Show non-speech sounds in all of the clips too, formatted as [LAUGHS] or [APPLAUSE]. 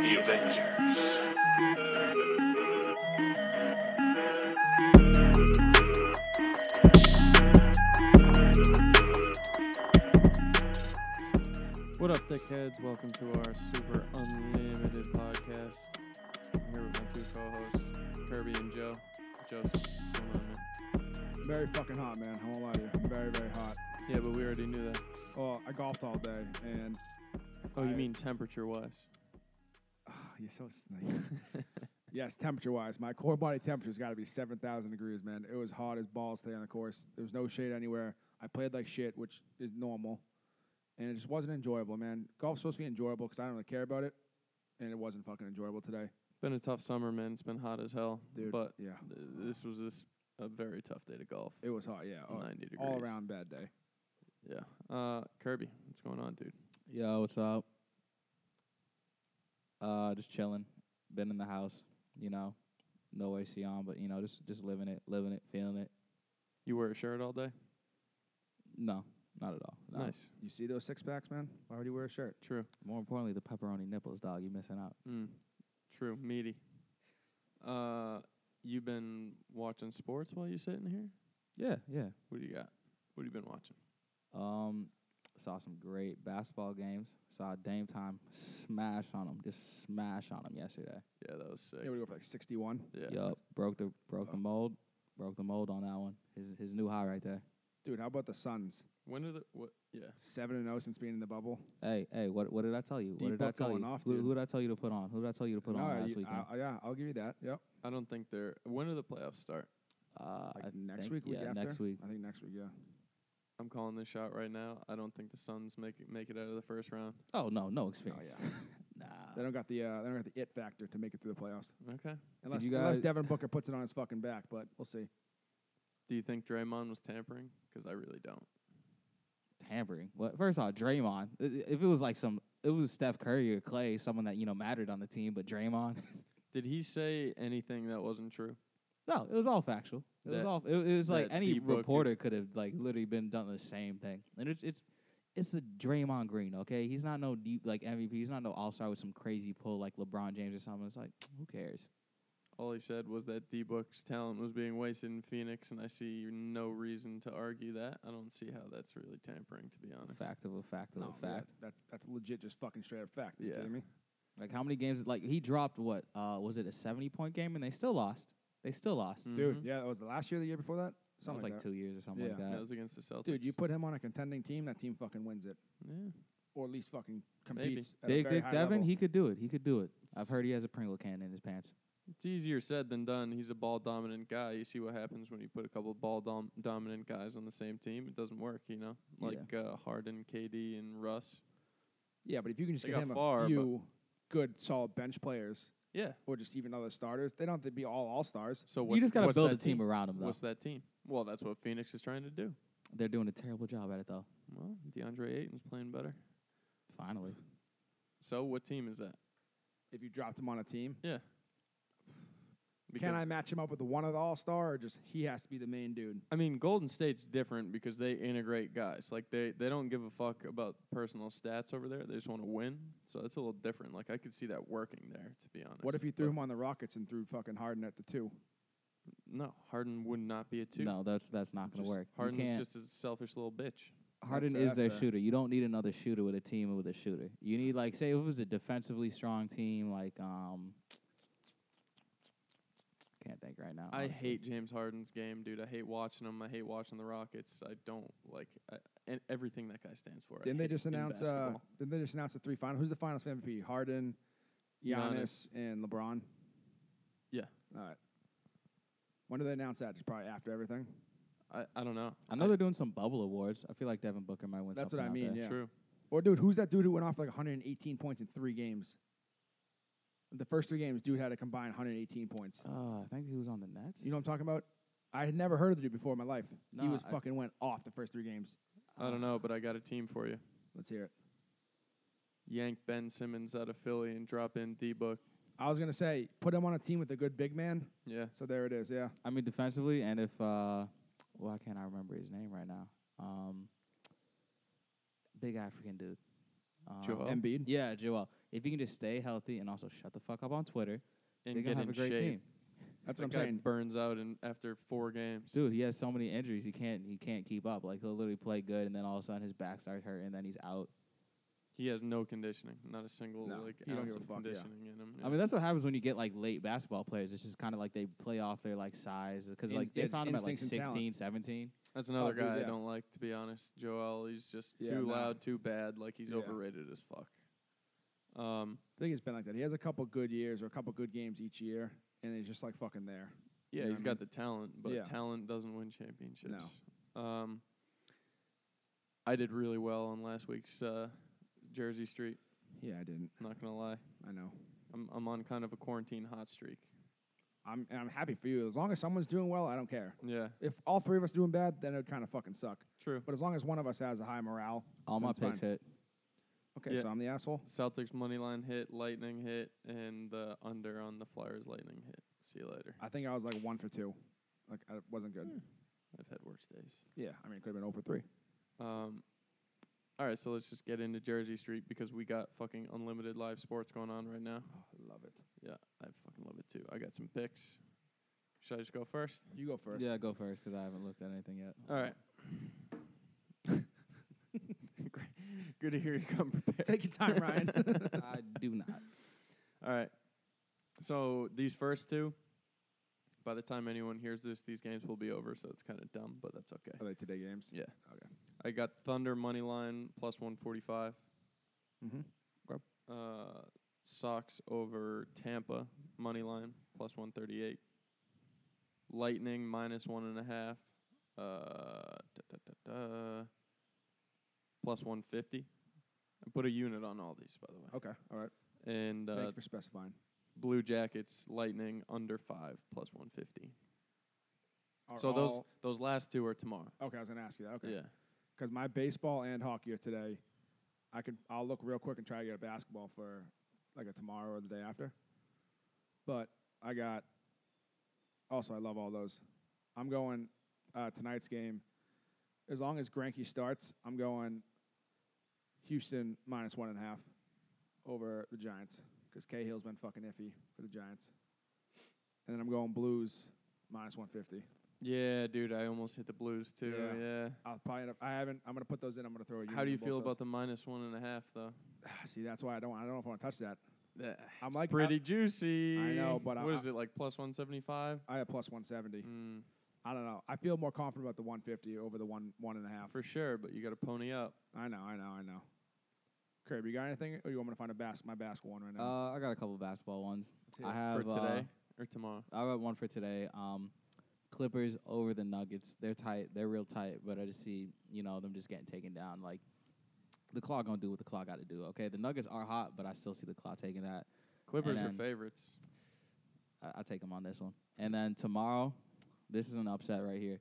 The Avengers. What up, thickheads? Welcome to our super unlimited podcast. I'm here with my two co-hosts, Kirby and Joe. Joseph, what's going on, man? Very fucking hot, man. I won't lie to you. I'm very, very hot. Yeah, but we already knew that. Oh, I golfed all day, and Oh, you I- mean temperature-wise? oh, you're so snake. yes, temperature-wise, my core body temperature's got to be seven thousand degrees, man. It was hot as balls today on the course. There was no shade anywhere. I played like shit, which is normal, and it just wasn't enjoyable, man. Golf's supposed to be enjoyable because I don't really care about it, and it wasn't fucking enjoyable today, Been a tough summer, man. It's been hot as hell. dude. But yeah, th- this was just a very tough day to golf. it was hot. Yeah, oh, 90 degrees. all around bad day. Yeah. Uh, Kirby, what's going on, dude? Yo, what's up? Uh, just chilling. Been in the house, you know. No AC on, but you know, just just living it, living it, feeling it. You wear a shirt all day? No, not at all. no. Nice. You see those six packs, man? Why would you wear a shirt? True. More importantly, the pepperoni nipples, dog. You missing out. Mm. True. Meaty. Uh, you been watching sports while you sitting here? Yeah, yeah. What do you got? What have you been watching? Um, saw some great basketball games. Saw Dame time smash on them, just smash on them yesterday. Yeah, that was sick. Yeah, we go for like sixty-one. Yeah. Yup, broke the broke Oh. the mold, broke the mold on that one. His his new high right there. Dude, how about the Suns? When did it? What? Yeah. Seven and zero since being in the bubble. Hey, hey, what what did I tell you? Deep What did I butt tell going you? off, who, dude. who did I tell you to put on? Who did I tell you to put No, on you- last weekend? I- I- yeah, I'll give you that. Yep. I don't think they're. When do the playoffs start? Uh, Like I next think- week, week yeah, after? next week. Uh, I think next week, yeah. I'm calling this shot right now. I don't think the Suns make it, make it out of the first round. Oh no, [LAUGHS] no experience. [LAUGHS] They nah. don't got the uh, they don't got the it factor to make it through the playoffs. Okay. Unless, you unless guys- Devin Booker puts it on his fucking back, but we'll see. Do you think Draymond was tampering? Because I really don't. Tampering. What? First off, Draymond. I- i- If it was like some, it was Steph Curry or Clay, someone that you know mattered on the team, but Draymond. [LAUGHS] Did he say anything that wasn't true? no, it was all factual. It was That- all. It, it was like that any D-Book- reporter could have like literally been done the same thing. And it's it's it's the Draymond Green. Okay, he's not no deep like MVP. He's not no All Star with some crazy pull like LeBron James or something. It's like who cares? All he said was that D Book's talent was being wasted in Phoenix, and I see no reason to argue that. I don't see how that's really tampering, to be honest. Fact of a fact of No, a fact. Mm-hmm. That, that's legit, just fucking straight up fact. You Yeah. kidding me? Like how many games? Like he dropped what? Uh, was it a seventy-point game? And they still lost. They still lost. Mhm. Dude, yeah, that was the last year, the year before that, That was something like, like, two years or something like Yeah. that. That was against the Celtics. that. Dude, you put him on a contending team, that team fucking wins it, Yeah. or at least fucking Maybe. competes. at a Big very Dick high Devin, level. he could do it. He could do it. I've S- heard he has a Pringle can in his pants. It's easier said than done. He's a ball dominant guy. You see what happens when you put a couple of ball dom- dominant guys on the same team. It doesn't work, you know. Yeah. Like uh, Harden, KD, and Russ. yeah, but if you can just They get got him far, but- a few good, solid bench players, Yeah. or just even other starters, they don't have to be all all stars. So what's, You just got to what's build a that team, around him, though. What's that team? Well, that's what Phoenix is trying to do. They're doing a terrible job at it, though. Well, DeAndre Ayton's playing better. Finally, So what team is that? If you dropped him on a team, Yeah. can I match him up with the one of the all star, or just he has to be the main dude? I mean, Golden State's different because they integrate guys. Like they, they don't give a fuck about personal stats over there. They just want to win. So that's a little different. Like I could see that working there, to be honest. What if you threw But- him on the Rockets and threw fucking Harden at the two? No, Harden would not be a two. no, that's that's not going Just- to work. You Harden's can't- just a selfish little bitch. Harden fair, is that's their fair. shooter. You don't need another shooter with a team with a shooter. You need like say if it was a defensively strong team like um. Can't think right now. I honestly. hate James Harden's game, dude. I hate watching him. I hate watching the Rockets. I don't like I, and everything that guy stands for. I Didn't they hate just in announce? Uh, basketball. didn't they just announce the three final? Who's the finals for MVP? Harden, Giannis, Giannis. and LeBron. Yeah. All right. When do they announce that? Just probably after everything. I, I don't know. I know they're doing some bubble awards. I feel like Devin Booker might win That's something. what I out mean, there. yeah. True. Or dude, who's that dude who went off like 118 points in three games? The first three games, dude had a combined 118 points. Uh, I think he was on the Nets. You know what I'm talking about? I had never heard of the dude before in my life. he Nah, was I- fucking went off the first three games. I don't Ah. know, but I got a team for you. Let's hear it. Yank Ben Simmons out of Philly and drop in D Book. I was gonna say put him on a team with a good big man. Yeah. So there it is. Yeah. I mean defensively, and if uh, why can't I remember his name right now? Um, big African dude. Um, Joel? Embiid. Yeah, Joel. If you can just stay healthy and also shut the fuck up on Twitter, and they're get gonna have in a great shape. team. That's That what I'm guy saying. burns out in after four games. Dude, he has so many injuries. He can't. He can't keep up. Like he'll literally play good, and then all of a sudden his back starts hurting, and then he's out. He has no conditioning, not a single No, like you don't ounce give a of fuck, yeah. conditioning in him. I mean, that's what happens when you get like late basketball players. It's just kind of like they play off their like size because In- like yeah, they just found him at like instincts and talent. 16, 17. That's another dude, guy yeah. I don't like, to be honest. Joel, he's just Yeah, too no. loud, too bad. Like he's Yeah. overrated as fuck. Um, I think it's been like that. He has a couple good years or a couple good games each year, and he's just like fucking there. You yeah, know he's what I got the talent, but Yeah. talent doesn't win championships. Um, I did really well on last week's uh, Jersey Street. Yeah, I didn't. Not gonna lie, I know. I'm I'm on kind of a quarantine hot streak. I'm and I'm happy for you. As long as someone's doing well, I don't care. Yeah, If all three of us doing bad, then it would kind of fucking suck. true. But as long as one of us has a high morale, All my That's fine. picks hit. okay, Yeah. so I'm the asshole. Celtics money line hit, Lightning hit, and the under on the Flyers Lightning hit. See you later. I think I was like one for two. Like I wasn't good. I've had worse days. Yeah, I mean it could have been over three. Um, all right, so let's just get into Jersey Street because we got fucking unlimited live sports going on right now. Oh, I love it. Yeah, I fucking love it too. I got some picks. Should I just go first? You go first. Yeah, go first because I haven't looked at anything yet. All right. [LAUGHS] Good to hear you come prepared. Take your time, Ryan. [LAUGHS] I do not. [LAUGHS] All right. So these first two, by the time anyone hears this, these games will be over. So it's kind of dumb, but that's okay. Are they today games? Yeah. Okay. I got Thunder money line plus one forty five. Mm-hmm. Uh, Sox over Tampa money line plus one thirty eight. Lightning minus one and a half. Uh, da, da, da, da, plus one fifty. I put a unit on all these, by the way. Okay. All right. And Oh, Thank uh, you for specifying. Blue Jackets Lightning under five plus one fifty. Are So those all- those last two are tomorrow. Okay, I was gonna ask you that. Okay. Yeah. because my baseball and hockey are today. I could I'll look real quick and try to get a basketball for like a tomorrow or the day after. But I got also I love all those. I'm going uh, tonight's game. As long as Granky starts, I'm going Houston minus one and a half over the Giants because Cahill's been fucking iffy for the Giants. And then I'm going Blues minus 150. Yeah, dude, I almost hit the Blues too. Yeah. yeah. I'll probably end up, I haven't. I'm gonna put those in. I'm gonna throw a. How unit do you on both feel those. about the minus one and a half, though? [SIGHS] See, that's why I don't. I don't know if I want to touch that. That, I'm Uh, like pretty juicy. know, but what I- is it like? Plus one seventy five. I, I have plus 170. Mm, I don't know. I feel more confident about the 150 over the one one and a half. for sure, but you got to pony up. I know. I know. I know. Kirby, you got anything? Or you want me to find a bas- my basket one right now? [LAUGHS] Uh, I got a couple basketball ones. Let's I hear have for today or tomorrow. Uh, I got one for today. Um, Clippers over the Nuggets. They're tight. They're real tight. But I just see you know them just getting taken down. Like the claw gonna do what the claw got to do. Okay, the Nuggets are hot, but I still see the claw taking that. Clippers are then- favorites. I, I'll take them on this one. And then tomorrow, this is an upset right here.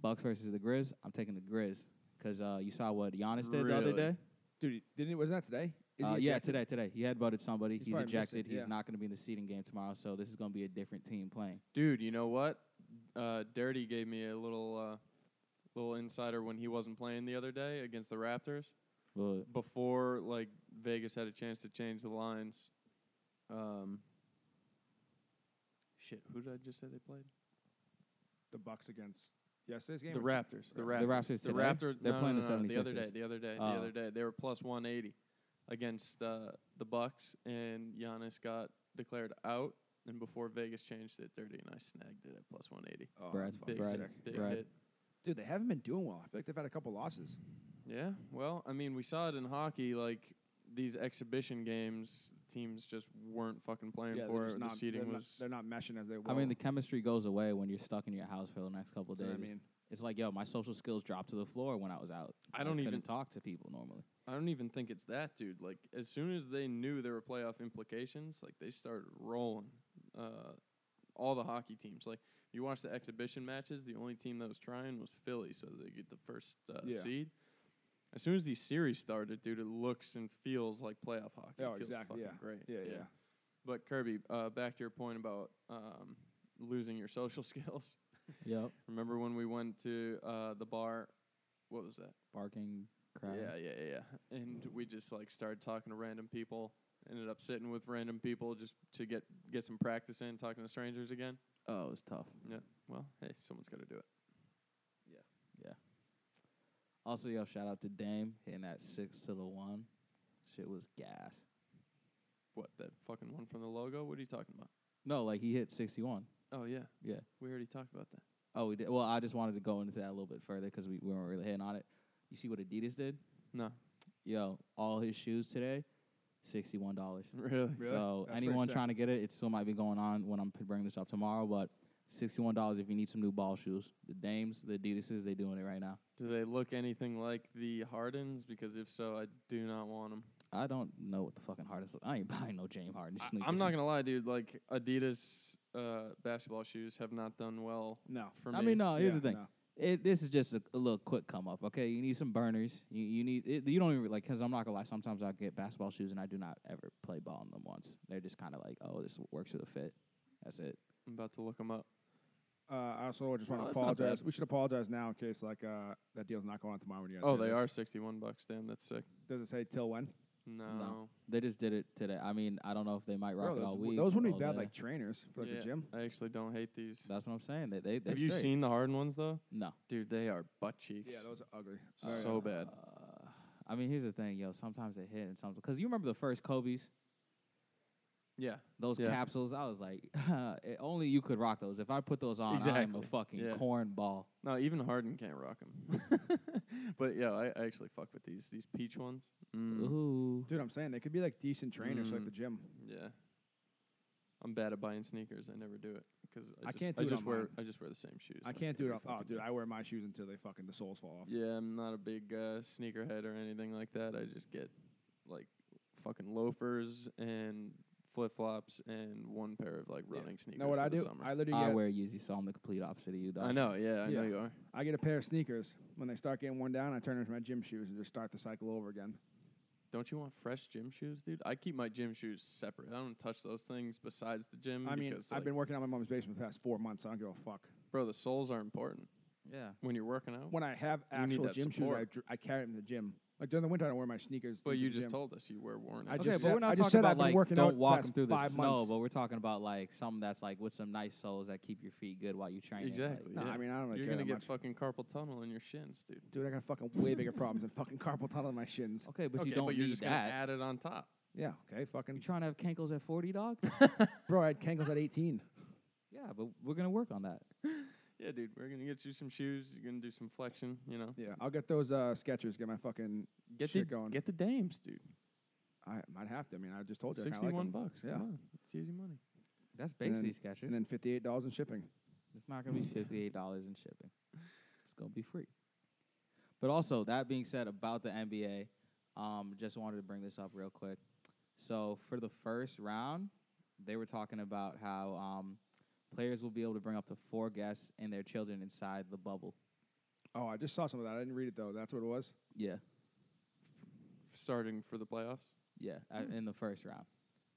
Bucks versus the Grizz. I'm taking the Grizz because uh, you saw what Giannis did the other Really? day. Dude, didn't it? Wasn't that today? Is Uh, he yeah, ejected? today, today. He headbutted somebody. He's He's, probably missing, ejected. He's yeah. not going to be in the seeding game tomorrow. So this is going to be a different team playing. Dude, you know what? Uh, Dirty gave me a little uh, little insider when he wasn't playing the other day against the Raptors. Well, Before like Vegas had a chance to change the lines. Um, shit, who did I just say they played? The Bucks against yesterday's game. The or- Raptors. The The Raptors. Raptors The today? Raptors. They're no, playing no, the no, no, The other 76ers. day. The other day. The Oh. other day. They were plus 180 against uh, the Bucks, and Giannis got declared out. And before Vegas changed it, 30 and I snagged it at plus 180. Oh, Brad- that's fucking Big, Brad- sick. hit, big Brad. hit. Dude, they haven't been doing well. I feel like they've had a couple losses. Yeah. Well, I mean, we saw it in hockey. Like these exhibition games, teams just weren't fucking playing yeah, they're for just it. The not, seating they're was. Not, they're not meshing as they. I mean, were. the chemistry goes away when you're stuck in your house for the next couple of So, days. I It's- mean, it's like, yo, my social skills dropped to the floor when I was out. I don't couldn't even- talk to people [LAUGHS] normally. I don't even think it's that, dude. Like as soon as they knew there were playoff implications, like they started rolling. Uh, all the hockey teams. Like you watch the exhibition matches, the only team that was trying was Philly, so they get the first uh, Yeah. seed. As soon as these series started, dude, it looks and feels like playoff hockey. It Oh, feels exactly, Fucking yeah. Great. yeah, yeah. But Kirby, uh, back to your point about um, losing your [LAUGHS] social skills. Yep. Remember when we went to uh, the bar? What was that? Barking, crying. Mm-hmm. Yeah, yeah, yeah, yeah. And we just like started talking to random people, ended up sitting with random people just to get get some practice in, talking to strangers again. Oh, it was tough. Yeah. Well, hey, someone's got to do it. Also, yo, shout out to Dame hitting that six to the one. Shit was gas. What that fucking one from the logo? What are you talking about? No, like he hit sixty one. Oh yeah, Yeah. We already talked about that. Oh, we did. Well, I just wanted to go into that a little bit further because we, we weren't really hitting on it. You see what Adidas did? No, Yo, all his shoes today, sixty one dollars. [LAUGHS] really. Really? So That's pretty anyone sick. trying to get it, it still might be going on when I'm p- bringing this up tomorrow. But sixty one dollars if you need some new ball shoes. The Dames, the Adidases, they doing it right now. Do they look anything like the Hardens? Because if so, I do not want them. I don't know what the fucking hardest. I ain't [LAUGHS] buying no James Harden sneakers. I, am not gonna lie, dude. Like Adidas uh, basketball shoes have not done well No. for I me. mean, no. Uh, Here's Yeah, the thing. no. It, this is just a, a little quick come up, okay? You need some burners. You, you need it, you don't even like because I'm not gonna lie. Sometimes I get basketball shoes and I do not ever play ball in them once. They're just kind of like, oh, this works with a fit. That's it. I'm about to look them up. Uh, I also just want No, to it's not bad. apologize. We should apologize now in case like uh, that deal's not going on tomorrow when you guys. Oh, hear they this. are 61 bucks. Damn, that's sick. Does it say till when? No. They just did it today. I mean, I don't know if they might rock Bro, it those, all w- week. those wouldn't be all bad day. like trainers for like Yeah, a gym. I actually don't hate these. that's what I'm saying. They they they're have you straight. seen the Harden ones though? no? Dude, they are butt cheeks. Yeah, those are ugly. Sorry. So bad. Uh, I mean, here's the thing, yo. Sometimes they hit and sometimes because you remember the first Kobe's, yeah. those Yeah. capsules. I was like, [LAUGHS] it, only you could rock those. If I put those on, I am a Exactly. fucking Yeah. cornball. No, even Harden can't rock them. [LAUGHS] but yeah, I, I actually fuck with these these peach ones. Mm. Ooh. dude, I'm saying they could be like decent trainers for like Mm. the gym. Yeah. I'm bad at buying sneakers. I never do it because I, I just- can't I do it just on wear mine. I just wear the same shoes. I like, can't do it. every Off. Oh, fucking dude, day. I wear my shoes until they fucking the soles fall off. yeah, I'm not a big uh, sneakerhead or anything like that. I just get like fucking loafers and flip flops and one pair of like Yeah. running sneakers. know what for I the do? Summer. I literally I get, wear Yeezy, so I'm the complete opposite of you, dog. I know. Yeah, I know Yeah. you are. I get a pair of sneakers. When they start getting worn down, I turn into my gym shoes and just start the cycle over again. Don't you want fresh gym shoes, dude? I keep my gym shoes separate. I don't touch those things besides the gym. I mean, Mm, because, I've like, been working on my mom's basement for the past four months. I don't give a fuck. bro. The soles are important Yeah. when you're working out. When I have You need actual that gym shoes, I, support. dr- I carry them to the gym. Like during the winter, I don't wear my sneakers. but into you the just gym. told us you wear worn. I out. okay, just but said- we're not I talking just said about I've been like working out don't the walk past them through the five snow, months. but we're talking about like something that's like with some nice soles that keep your feet good while you train. like- Exactly. Nah, Yeah. I mean, I don't really you're care gonna that get much. fucking carpal tunnel in your shins, dude. Dude, I got fucking way bigger problems than fucking carpal tunnel in my shins. [LAUGHS] okay, but okay, you don't but you're need just gonna that. add it on top. Yeah, okay, You fucking. trying to have cankles at 40, dog? [LAUGHS] Bro, I had cankles at 18. yeah, but we're gonna work on that. Yeah, dude, we're gonna get you some shoes. You're gonna do some flexion. You know, Yeah, I'll get those uh, Skechers. Get my fucking. get Shit the going. get the dames, dude. I might have to. I mean, I just told you. I kinda like Sixty-one 'em. bucks. Yeah. come on. it's easy money. That's And then- basically Skechers. And then fifty-eight dollars in shipping. It's not gonna be fifty-eight dollars in shipping. It's gonna be free. But also, that being said, about the NBA, um, just wanted to bring this up real quick. So for the first round, they were talking about how um, players will be able to bring up to four guests and their children inside the bubble. Oh, I just saw some of that. I didn't read it though. That's what it was. Yeah, Starting for the playoffs. yeah, uh, in the first round.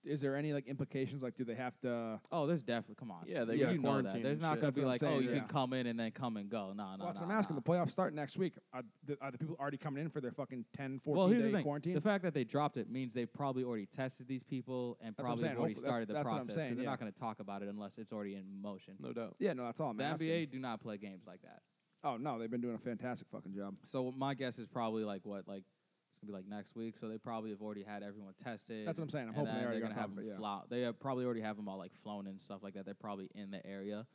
Is there any like implications? Like, do they have to? Oh, there's definitely come on. Yeah, they Yeah. got you know quarantine that. There's and not shit. gonna That's be what I'm like, saying, oh, you yeah. can come in and then come and go. No, no, well, that's no. what I'm asking. The playoffs start next week. Are the, are the people already coming in for their fucking 10, 14 well, here's day the thing. quarantine? The fact that they dropped it means they probably already tested these people and That's what I'm probably saying. have already Hopefully- that's- started the that's what I'm process because saying, they're yeah. not going to talk about it unless it's already in motion. No doubt. yeah, no, that's all I'm The asking. NBA do not play games like that. Oh no, they've been doing a fantastic fucking job. So my guess is probably like what like it's gonna be like next week. So they probably have already had everyone tested. That's what I'm saying. I'm and hoping they then already they're gonna got have top of them it, yeah. flo- They have probably already have them all like flown and stuff like that. They're probably in the area,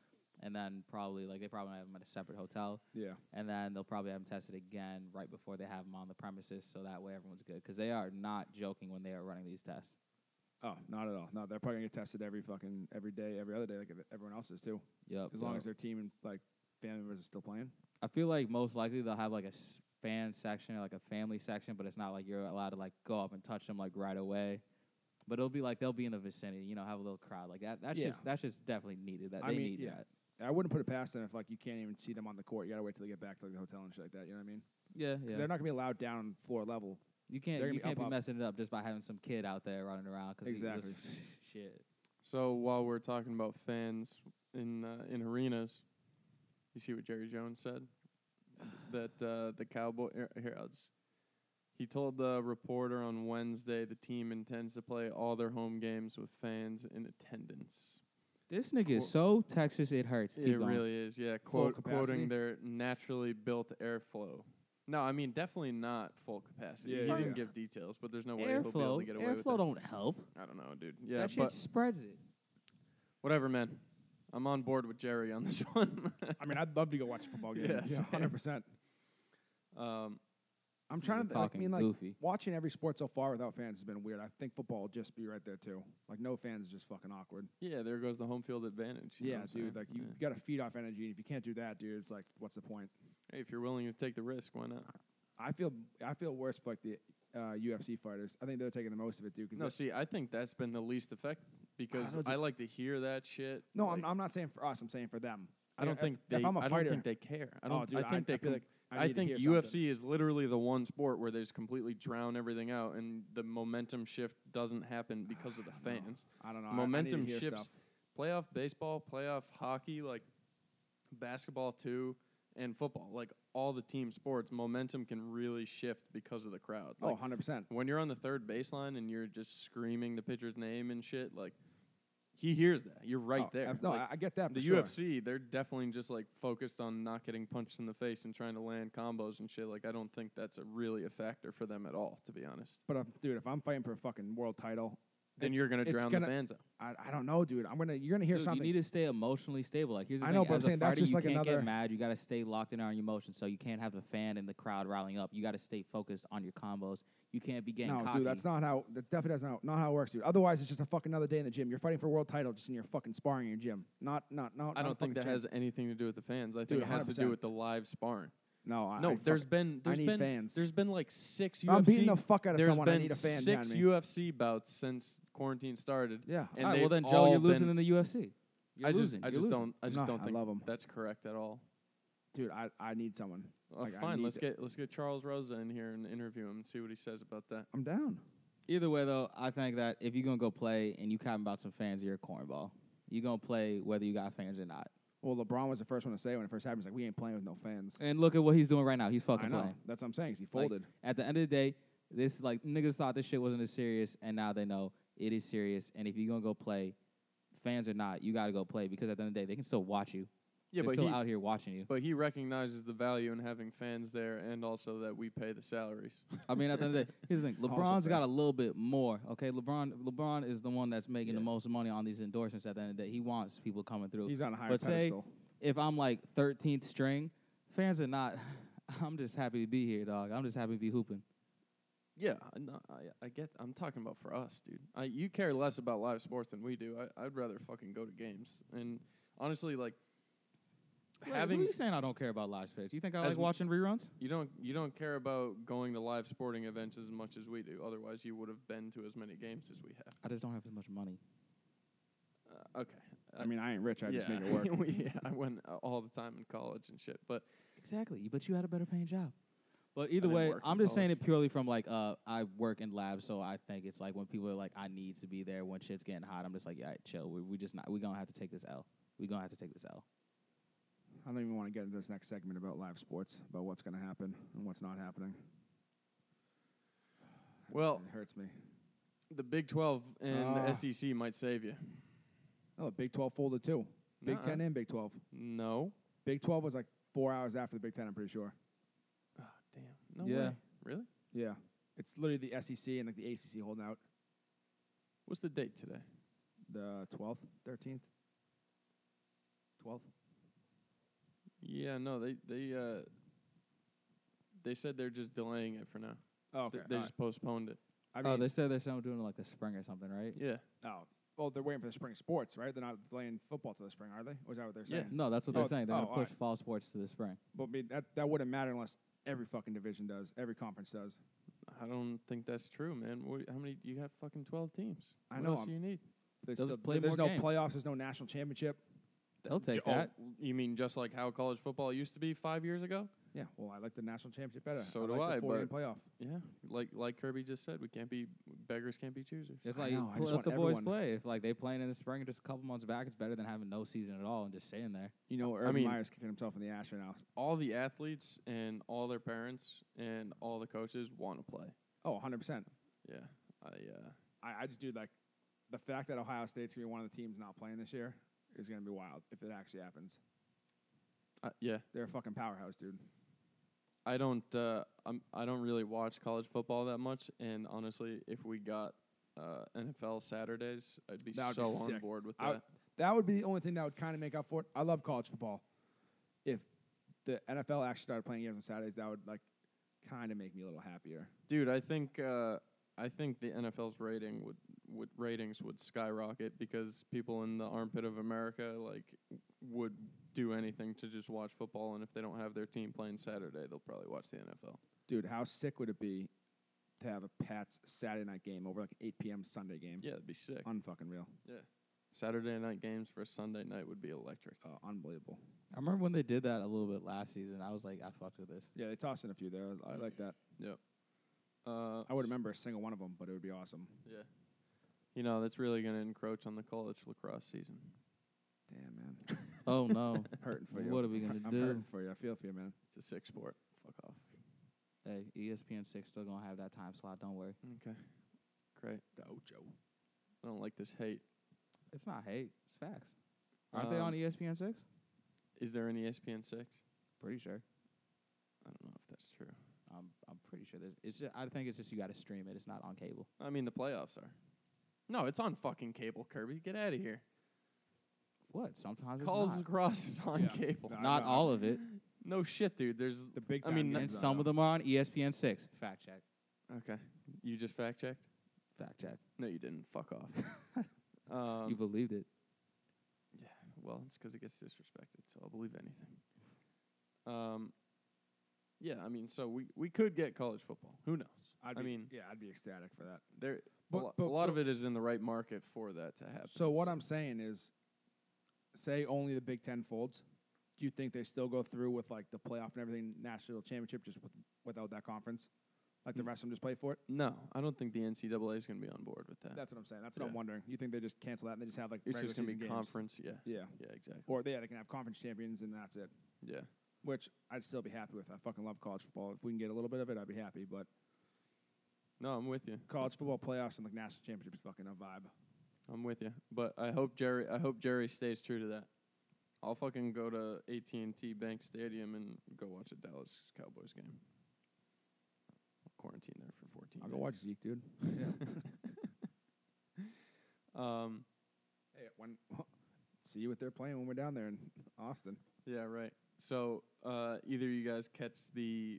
and then probably like they probably have them at a separate hotel. Yeah, and then they'll probably have them tested again right before they have them on the premises, so that way everyone's good. Because they are not joking when they are running these tests. Oh, not at all. No, they're probably gonna get tested every fucking every day, every other day, like everyone else is too. Yep. As long as their team and like family members are still playing. I feel like most likely they'll have like a s- fan section or like a family section, but it's not like you're allowed to like go up and touch them like right away. But it'll be like they'll be in the vicinity, you know, have a little crowd like that. That's Yeah. just that's just definitely needed. That I they mean, need yeah. that. I wouldn't put it past them if like you can't even see them on the court. You gotta wait till they get back to like, the hotel and shit like that. You know what I mean? Yeah, 'Cause yeah. they're not gonna be allowed down floor level. you can't they're gonna you be can't up, be up. messing it up just by having some kid out there running around because Exactly. [LAUGHS] shit. So while we're talking about fans in uh, in arenas, [SIGHS] you see what Jerry Jones said that uh, the Cowboy. here- Here, I'll just. He told the reporter on Wednesday the team intends to play all their home games with fans in attendance. This nigga Quote- is so Texas it hurts. Keep it going. really is, yeah. Full Quote, quoting capacity? their naturally built airflow. No, I mean definitely not full capacity. Yeah, he yeah, didn't yeah. give details, but there's no way he'll be able to airflow. get away with Airflow it. don't help. I don't know, dude. Yeah, that shit but spreads it. whatever, man. I'm on board with Jerry on this [LAUGHS] one. I mean, I'd love to go watch a [LAUGHS] football game. Yeah, yeah, same. hundred percent. um, I'm trying to Nigga th- like, I talking mean, like goofy. watching every sport so far without fans has been weird. I think football will just be right there too. Like no fans is just fucking awkward. yeah, there goes the home field advantage. you know Yeah, what I'm saying? dude. Like you Yeah. got to feed off energy, and if you can't do that, dude, it's like, what's the point? Hey, if you're willing to take the risk, why not? Ah, I feel I feel worse for like the uh, UFC fighters. I think they're taking the most of it, dude. 'cause No, they're- see, I think that's been the least effective because don't I, thi- like to hear that shit. no, like, I'm, I'm not saying for us. I'm saying for them. I don't Like, if- think if they. I'm a I fighter- don't think they care. I don't. Oh, dude, I think they. feel com- like I, I, need to think hear UFC something. is literally the one sport where there's completely drown everything out, and the momentum shift doesn't happen because of the don't know. fans. I don't know. I- I need to momentum hear shifts. stuff. Playoff baseball, playoff hockey, like basketball too, and football. Like all the team sports, momentum can really shift because of the crowd. Oh, Like, 100 percent. when you're on the third baseline and you're just screaming the pitcher's name and shit, like he hears that. You're right there. Oh, No, Like, I, I get that. For the sure. UFC, they're definitely just like focused on not getting punched in the face and trying to land combos and shit. Like I don't think that's a really a factor for them at all, to be honest. But um, dude, if I'm fighting for a fucking world title, Then It- you're gonna it's drown gonna- the fans out. I, I don't know, dude. I'm gonna you're gonna hear Dude, something. you need to stay emotionally stable. Like here's the I thing: know, but I'm as saying a that's fighter, just you like can't another- get mad. You got to stay locked in on your emotions, so you can't have the fan and the crowd rallying up. You got to stay focused on your combos. You can't be getting no, cocky. dude, that's not how. That definitely doesn't how, not how it works, dude. Otherwise, it's just a fucking another day in the gym. You're fighting for a world title just in your fucking sparring in your gym. Not not no. I don't think that has anything to do with the fans. I think Dude, it has to do 100%. with the live sparring. no. I, no, I there's fuck- been there's need been fans. there's been like six UFC. I'm beating the fuck out of there's someone. been I need a fan six behind me. UFC bouts since quarantine started. yeah, and all right, well they've then, Joe, you're all been- losing in the UFC. You're I just losing. I You're just losing. don't I just No, don't I think love 'em. that's correct at all. dude. I, I need someone. Uh, Like, I fine, need let's to- get let's get Charles Rosa in here and interview him and see what he says about that. I'm down. Either way, though, I think that if you're gonna go play and you cotton about some fans, you're a cornball. You're gonna play whether you got fans or not. Well, LeBron was the first one to say when it first happened. He's like, we ain't playing with no fans. And look at what he's doing right now. He's I fucking know. playing. That's what I'm saying. 'cause He Like, folded. At the end of the day, this like niggas thought this shit wasn't as serious, and now they know it is serious. And if you're gonna go play, fans or not, you gotta go play because at the end of the day, they can still watch you. Yeah, They're but still he, out here watching [LAUGHS] you. but he recognizes the value in having fans there, and also that we pay the salaries. I mean, at the end of the day, here's the thing: Also LeBron's got fair. a little bit more. Okay, LeBron, LeBron is the one that's making the Yeah. most money on these endorsements. At the end of the day, he wants people coming through. He's on a higher but say- pedestal. if I'm like 13th string, fans are not. [LAUGHS] I'm just happy to be here, dog. I'm just happy to be hooping. Yeah, I- no, I, I get. I'm talking about for us, dude. I, you care less about live sports than we do. I, I'd rather fucking go to games. And honestly, like having Wait, who you saying I don't care about live space? You think I As like m- watching reruns? you don't you don't care about going to live sporting events as much as we do. Otherwise, you would have been to as many games as we have. I just don't have as much money. Uh, okay, I mean, I ain't rich. I yeah, just make it work. [LAUGHS] we- yeah, I went uh, all the time in college and shit. But Exactly, but you had a better paying job. But either didn't way, work I'm in just saying it purely from like uh, I work in labs, so I think it's like when people are like, I need to be there when shit's getting hot. I'm just like, yeah, chill. We we just not. We gonna have to take this L. We gonna have to take this L. I don't even want to get into this next segment about live sports, about what's going to happen and what's not happening. well, it hurts me. the Big Twelve and Ah. the SEC might save you. Oh, Big 12 folded too. Big Nuh-uh. 10 and Big 12. No. Big 12 was like four hours after the Big 10, I'm pretty sure. Oh, damn. No Yeah. way. Really? Yeah. It's literally the SEC and like the ACC holding out What's the date today? the 12th, 13th, 12th. Yeah, no, they they uh they said they're just delaying it for now. Oh, Th- okay. they all just postponed it. right. I oh, mean, they said they're still doing it like the spring or something, right? Yeah. oh, well, they're waiting for the spring sports, right? They're not playing football till the spring, are they? Or is that what they're Yeah. saying? No, that's what Oh, they're saying. They're oh, gonna push alright. fall sports to the spring. But I mean, that, that wouldn't matter unless every fucking division does, every conference does. I don't think that's true, man. What, how many you have fucking 12 teams? I what know, else I'm- do you need? They They'll still- just play there's no more games. playoffs, there's no national championship. They'll J- take oh, that. you mean just like how college football used to be 5 years ago? Yeah, well, I like the national championship better. So I do like I, The four-game but- playoff. Yeah. Like like Kirby just said, we can't be beggars can't be choosers. It's I like know, I just let want the boys everyone- play. If like they playing in the spring, just a couple months back, it's better than having no season at all and just staying there. You know, Urban mean- Meyer's kicking himself in the ass right now. All the athletes and all their parents and all the coaches want to play. Oh, 100 percent. Yeah, I uh, I, I just do like the fact that Ohio State's gonna be one of the teams not playing this year is gonna be wild if it actually happens. I yeah, They're a fucking powerhouse, dude. I don't uh, I'm, I don't really watch college football that much, and honestly, if we got uh, NFL Saturdays, I'd be That would so be on sick. board with I- that. That would be the only thing that would kind of make up for it. I love college football. If the NFL actually started playing games on Saturdays, that would like kind of make me a little happier. Dude, I think uh, I think the NFL's rating would would ratings would skyrocket because people in the armpit of America like would do anything to just watch football, and if they don't have their team playing Saturday, they'll probably watch the NFL. Dude, how sick would it be to have a Pats Saturday night game over like an 8 p.m. Sunday game? Yeah, it'd be sick. Unfucking real. Saturday night games for Sunday night would be electric. Uh, unbelievable. I remember when they did that a little bit last season. I was like, I fucked with this. Yeah, they tossed in a few there. I like that. Uh, I would s- remember a single one of them, but it would be awesome. Yeah. You know, that's really going to encroach on the college lacrosse season. Damn, [LAUGHS] man. Oh [LAUGHS] no! hurting for you. what are we gonna I'm do? hurting for you. I feel for you, man. It's a sick sport. Fuck off. Hey, ESPN six still gonna have that time slot. Don't worry. Okay. Great. The Ocho. I don't like this hate. It's not hate. It's facts. Aren't they Um, on E ESPN six? Is there E an ESPN 6? I Pretty sure. don't know if that's true. I'm I'm pretty sure there's. It's just, I think it's just you got to stream it. It's not on cable. I mean, the playoffs are. No, it's on fucking cable, Kirby. Get out of here. What? Sometimes it's College not. lacrosse is on Yeah. cable. No. I Not know. all of it. No shit, dude. There's. The big I time mean, And games, some though. of them are on E ESPN six. Fact check. Okay. You just fact checked? Fact check. No, you didn't. Fuck [LAUGHS] off. um, you believed it. Yeah, well, it's because it gets disrespected, so I'll believe anything. Um, yeah, I mean, so we, we could get college football. Who knows? I'd I be, mean- yeah, I'd be ecstatic for that. There, But- a, lo- but- a lot of but- it is in the right market for that to happen. So what I'm saying is, say only the Big Ten folds. Do you think they still go through with like the playoff and everything, national championship, just with, without that conference? Like the Mm. rest of them just play for it. no, I don't think the NCAA is going to be on board with that. That's what I'm saying. That's what I'm Yeah. wondering. You think they just cancel that and they just have like it's regular just going to season be games? conference. Yeah, Yeah, yeah, exactly. or yeah, they can have conference champions and that's it. Yeah, Which I'd still be happy with. I fucking love college football. If we can get a little bit of it, I'd be happy. But no, I'm with you. college football playoffs and like national championships, fucking a vibe. I'm with you. But I hope Jerry. I hope Jerry stays true to that. I'll fucking go to AT&T Bank Stadium and go watch a Dallas Cowboys game. I'll quarantine there for 14. I'll go days. watch Zeke, dude. Um, [LAUGHS] Hey, when [LAUGHS] see what they're playing when we're down there in Austin. yeah, right. So uh, either you guys catch the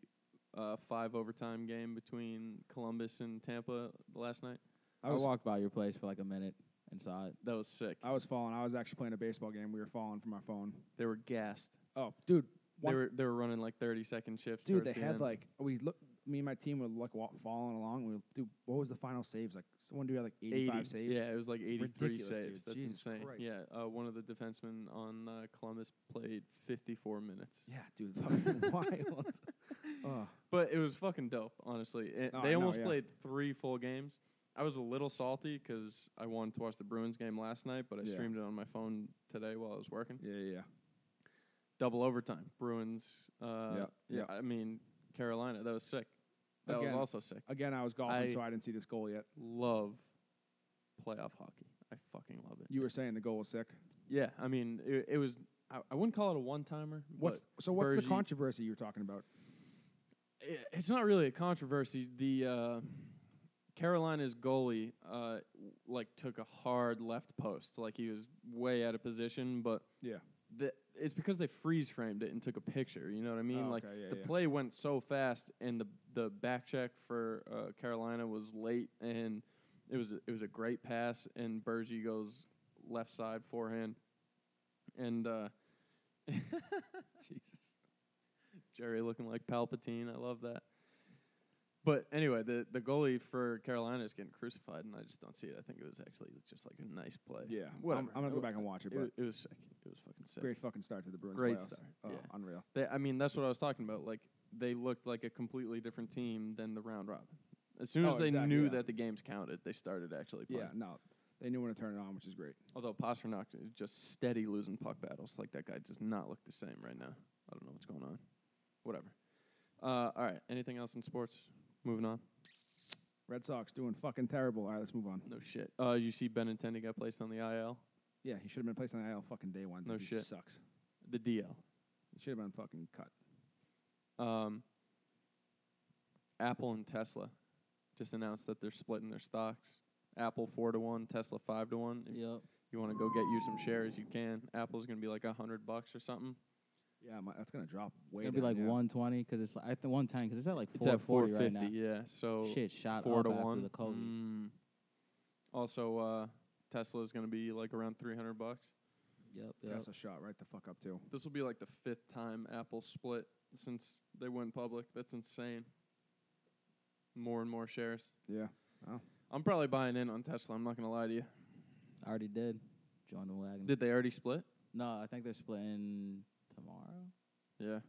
uh, five overtime game between Columbus and Tampa last night. I, was walked by your place for like a minute and saw it. That was sick. I was falling. I was actually playing a baseball game. We were falling from our phone. They were gassed. Oh, dude, They one- were they were running like thirty second shifts. dude, towards they the had end. like we look. Me and my team were like wa- following along. We dude, what was the final saves? Like someone do had like 80 eighty five saves. Yeah, it was like eighty three Ridiculous, saves. dude. That's Jesus insane. Christ. Yeah, uh, one of the defensemen on uh, Columbus played fifty four minutes. yeah, [LAUGHS] dude, fucking wild. Oh, But it was fucking dope, honestly. And Oh, I they know, almost yeah. played three full games. I was a little salty because I wanted to watch the Bruins game last night, but I Yeah. streamed it on my phone today while I was working. yeah, yeah, yeah. Double overtime, Bruins. Uh, Yeah, yeah, yeah. I mean Carolina. That was sick. That Again. was also sick. Again, I was golfing, I- so I didn't see this goal yet. Love playoff hockey. I fucking love it. You were saying the goal was sick. Yeah, I mean it, it was. I, I wouldn't call it a one timer. What's so? What's Bergie- the controversy you were talking about? i- it's not really a controversy. The uh, Carolina's goalie uh, w- like took a hard left post, like he was way out of position. But Yeah. the, it's because they freeze framed it and took a picture. You know what I mean? Oh, like okay, yeah, the yeah. play went so fast, and the the back check for uh, Carolina was late, and it was a, it was a great pass, and Bergie goes left side forehand, and. Uh, [LAUGHS] Jesus. Jerry looking like Palpatine. I love that. But anyway, the, the goalie for Carolina is getting crucified, and I just don't see it. I think it was actually just like a nice play. Yeah, whatever. I'm, I'm gonna go It- back and watch it, It, but wa- it was sick. It was fucking sick. great fucking start to the Bruins. Great playoffs. start, Oh, yeah. unreal. They, I mean, that's what I was talking about. Like they looked like a completely different team than the round robin. As soon Oh, as they exactly, knew yeah. that the games counted, they started actually playing. Yeah, no, they knew when to turn it on, which is great. Although Pasternak is just steady losing puck battles. Like that guy does not look the same right now. I don't know what's going on. Whatever. Uh, all right. Anything else in sports? Moving on. Red Sox doing fucking terrible. All right, let's move on. No shit. Uh, you see Benintendi got placed on the IL, Yeah, he should have been placed on the IL fucking day one. dude. No he shit. sucks. the DL. He should have been fucking cut. Um, Apple and Tesla just announced that they're splitting their stocks. Apple four to one, Tesla five to one. If Yep. you want to go get you some shares, you can. Apple's gonna be like a hundred bucks or something. Yeah, my, that's gonna drop It's way. gonna be down, like yeah. 120 because it's I think 110 because it's at like It's at 440 right now. 450, Yeah. So Shit, shot four up to after one. the COVID. Mm. Also, uh, Tesla is going to be like around three hundred bucks. Yep. Yep. Tesla shot right the fuck up too. This will be like the fifth time Apple split since they went public. That's insane. More and more shares. Yeah, I'm probably buying in on Tesla. I'm not going to lie to you. I already did. Join the wagon. Mm. Did they already split? no, I think they're splitting tomorrow. Yeah,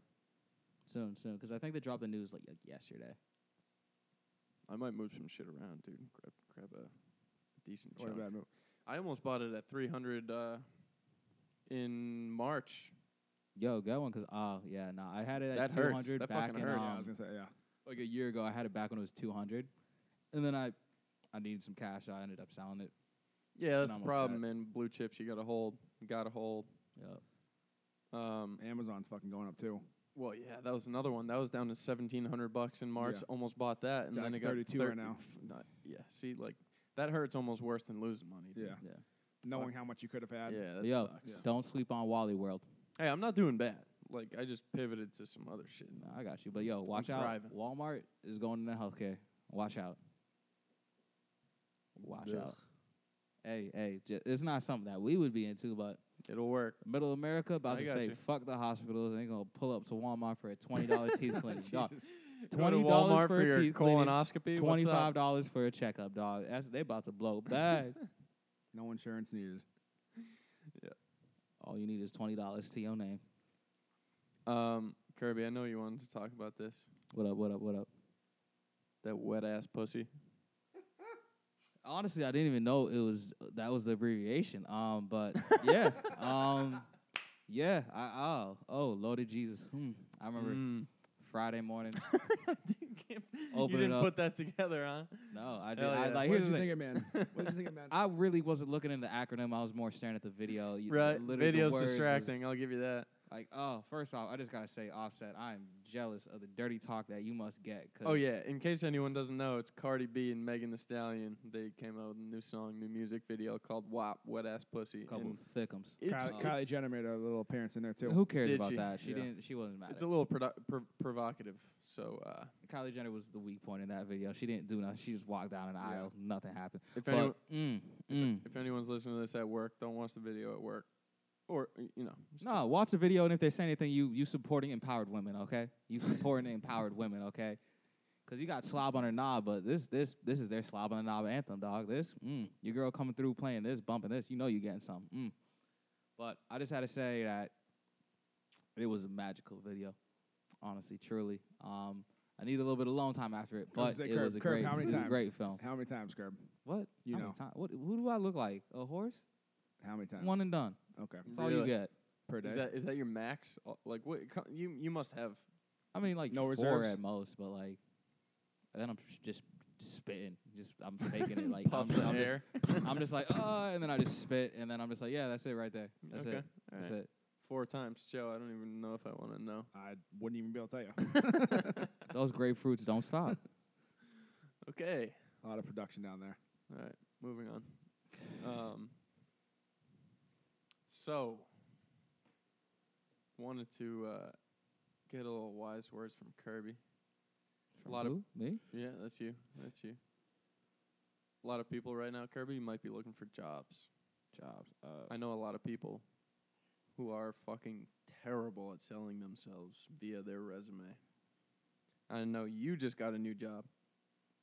Soon, soon, because I think they dropped the news like, like yesterday. I might move some shit around, dude. Grab grab a decent what a chunk. bad move. I almost bought it at three hundred uh, in March. Yo, got one, cause oh yeah, no, I had it at That two hurts. hundred That back fucking in hurts. yeah, I um, was gonna say yeah. like a year ago. I had it back when it was two hundred, and then I, I needed some cash. So I ended up selling it. Yeah, And that's I'm the upset. problem. In blue chips, you got to hold. Got to hold. Yep. Um, Amazon's fucking going up too. Well, yeah, that was another one. That was down to seventeen hundred bucks in March. Yeah. Almost bought that, and It's then like it got 32 right thirty- now. f- Not, yeah, see, like that hurts almost worse than losing money. dude. Yeah, Yeah. knowing how much you could have had. yeah, that But yo, sucks. don't sleep on Wally World. Hey, I'm not doing bad. Like I just pivoted to some other shit. No, I got you, but yo, watch out. thriving. Walmart is going into healthcare. Watch out. Watch Ugh. out. Hey, hey, j- it's not something that we would be into, but It'll work. Middle America about I to got say you. fuck the hospitals and they gonna pull up to Walmart for a twenty [LAUGHS] dollar teeth clinic. Dog, Jesus. Go to $20 Walmart for a your teeth cleaning, colonoscopy. Twenty what's up? five dollars for a checkup, dog. That's they about to blow back. [LAUGHS] No insurance needed. All you need is twenty dollars to your name. Um, Kirby, I know you wanted to talk about this. What up? What up? What up? That wet ass pussy. Honestly, I didn't even know it was that was the abbreviation. Um, [LAUGHS] but yeah, um, yeah. I oh oh Lord of Jesus. Hmm. I remember Mm. Friday morning. [LAUGHS] you can't- Open you it didn't up. put that together, huh? No, [LAUGHS] I did. Hell yeah. I like what here's did the you think thing. [LAUGHS] it [LAUGHS] meant? What did you think it meant? I really wasn't looking at the acronym. I was more staring at the video. You- Right. literally the Video's words was distracting. I'll give you that. Like, oh, first off, I just gotta say, Offset, I am jealous of the dirty talk that you must get. 'cause Oh yeah! In case anyone doesn't know, it's Cardi B and Megan Thee Stallion. They came out with a new song, new music video called "WAP," wet ass pussy. and couple of thickums. it's- Kylie, it's- Kylie Jenner made a little appearance in there too. Who cares Did about she? that? She Yeah. didn't. She wasn't mad. It's at a it. little produ- pro- provocative. So uh, Kylie Jenner was the weak point in that video. She didn't do nothing. She just walked down an Yeah. aisle. Nothing happened. if But, anyone, mm, if- mm. if, anyone's listening to this at work, don't watch the video at work, or y- you know, just no, watch the video, and if they say anything, you you supporting empowered women, okay? You supporting empowered women, okay? Because you got slob on her knob, but this this this is their slob on the knob anthem, dog. This mm, your girl coming through playing this, bumping this, you know you getting something. Mm. But I just had to say that it was a magical video, honestly, truly. Um, I need a little bit of alone time after it, I was but gonna say, it Curb, was a Curb, great, how many it was a times? great film. How many times, Curb? What? You How many know. ti- What? Who do I look like? A horse? How many times? One and done. okay That's all you Really? get. per day. is that is that your max? Uh, Like what? co- You you must have. I mean, like No four reserves? at most, but like then I'm just- just spitting. Just I'm [LAUGHS] faking it. Like I'm, Puffs just, of I'm, just, air. I'm just like, [LAUGHS] oh, and then I just spit, and then I'm just like, yeah, that's it right there. That's Okay. it. All That's right. it. Four times, Joe. I don't even know if I want to know. I wouldn't even be able to tell you. [LAUGHS] Those grapefruits don't stop. Okay. a lot of production down there. All right. Moving on. Um. So. Wanted to uh, get a little wise words from Kirby. From lot of- who? me. Yeah, that's you. That's you. A lot of people right now, Kirby, you might be looking for jobs. Jobs. I know a lot of people who are fucking terrible at selling themselves via their resume. I know you just got a new job.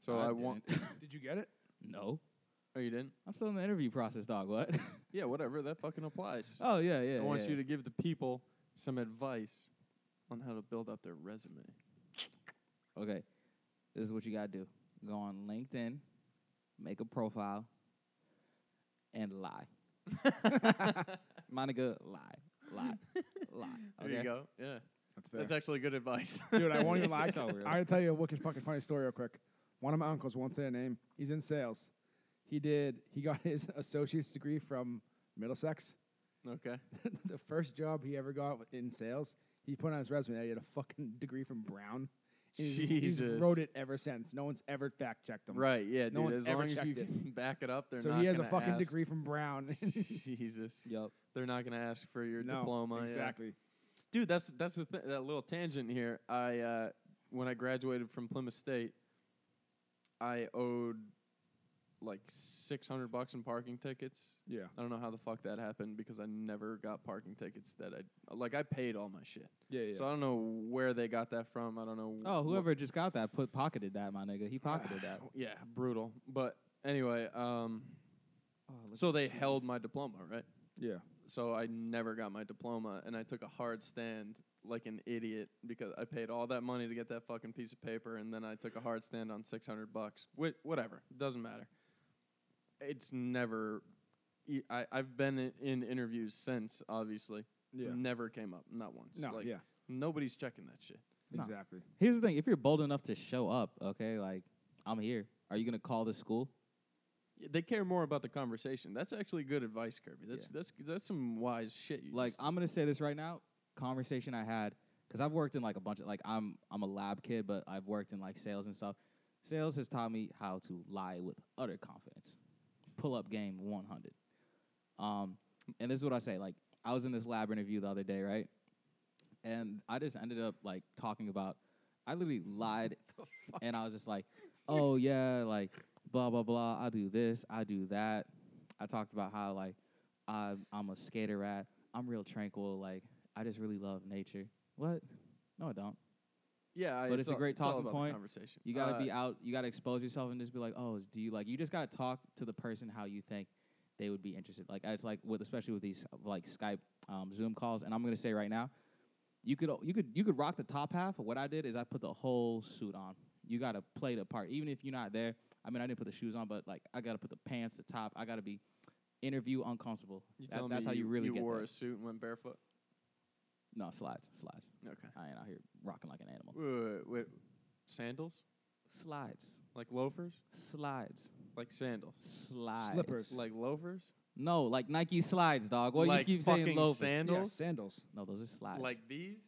So I, want. [LAUGHS] Did you get it? [LAUGHS] no, [LAUGHS] Oh, you didn't? I'm still in the interview process, dog. [LAUGHS] What? Yeah, whatever. That fucking applies. oh yeah, yeah. I want yeah. you to give the people some advice on how to build up their resume. Okay, this is what you gotta do. go on LinkedIn, make a profile, [LAUGHS] and lie. [LAUGHS] Monica, lie, lie, [LAUGHS] lie. There Okay? you go. Yeah. That's fair. That's actually good advice. Dude, I [LAUGHS] won't even lie. So real. I gotta tell you a wicked fucking funny story real quick. One of my uncles won't say a name. He's in sales. He did. He got [LAUGHS] his associate's degree from Middlesex. [LAUGHS] okay. [LAUGHS] the first job he ever got in sales, he put on his resume that he had a fucking degree from Brown. And he's- Jesus. He's wrote it ever since. No one's ever fact checked him. Right. Yeah, No dude. one's As ever long as you checked it. can [LAUGHS] back it up, they're So not. he has a gonna fucking ask- degree from Brown. [LAUGHS] [LAUGHS] Jesus. Yup. They're not gonna ask for your no, diploma. yeah. exactly. Dude, that's that's the th- that little tangent here. I uh, when I graduated from Plymouth State, I owed like six hundred bucks in parking tickets. Yeah. I don't know how the fuck that happened because I never got parking tickets that I like. I paid all my shit, Yeah. Yeah. so I don't know where they got that from. I don't know. Oh, wh- whoever just got that put pocketed that, my nigga. [SIGHS] He pocketed that. yeah, brutal. But anyway, um, Oh, look so at they this. held my diploma, right? yeah. so I never got my diploma, and I took a hard stand like an idiot because I paid all that money to get that fucking piece of paper, and then I took a hard stand on six hundred bucks. Wh- whatever, doesn't matter. It's never. e- I, have been in, in interviews since, obviously. Yeah. Never came up, not once. No. Mm, like, yeah. Nobody's checking that shit. No. Exactly. Here's the thing: if you're bold enough to show up, okay, like I'm here. Are you gonna call the school? Y- They care more about the conversation. That's actually good advice, Kirby. That's that's that's some wise shit. You Like just- I'm gonna say this right now. Conversation I had because I've worked in like a bunch of like I'm I'm a lab kid, but I've worked in like sales and stuff. Sales has taught me how to lie with utter confidence. Pull up game 100. Um, and this is what I say. Like I was in this lab interview the other day, right? And I just ended up like talking about. I literally lied, and I was just like, "Oh yeah, like blah blah blah. I do this, I do that." I talked about how like I, I'm a skater rat. I'm real tranquil. Like I just really love nature. What? No, I don't. yeah, I- but it's a all- great all talking about the point. conversation. You gotta Uh, be out. You gotta expose yourself and just be like, oh, do you like? You just gotta talk to the person how you think they would be interested. Like it's like with especially with these uh, like Skype, um, Zoom calls. And I'm gonna say right now, you could you could you could rock the top half. What I did is I put the whole suit on. You gotta play the part, even if you're not there. I mean, I didn't put the shoes on, but like I gotta put the pants, the top. I gotta be interview uncomfortable. You That- telling me that's how you, really get wore there. a suit and went barefoot. No slides, slides. Okay. I ain't out here rocking like an animal. Wait, wait, wait, wait. Sandals? Slides, Like loafers? slides, Like sandals? slides. Slippers. Like loafers? No, like Nike slides, dog. Why like you keep fucking saying loafers? Sandals. sandals? Yeah, sandals. No, those are slides. Like these?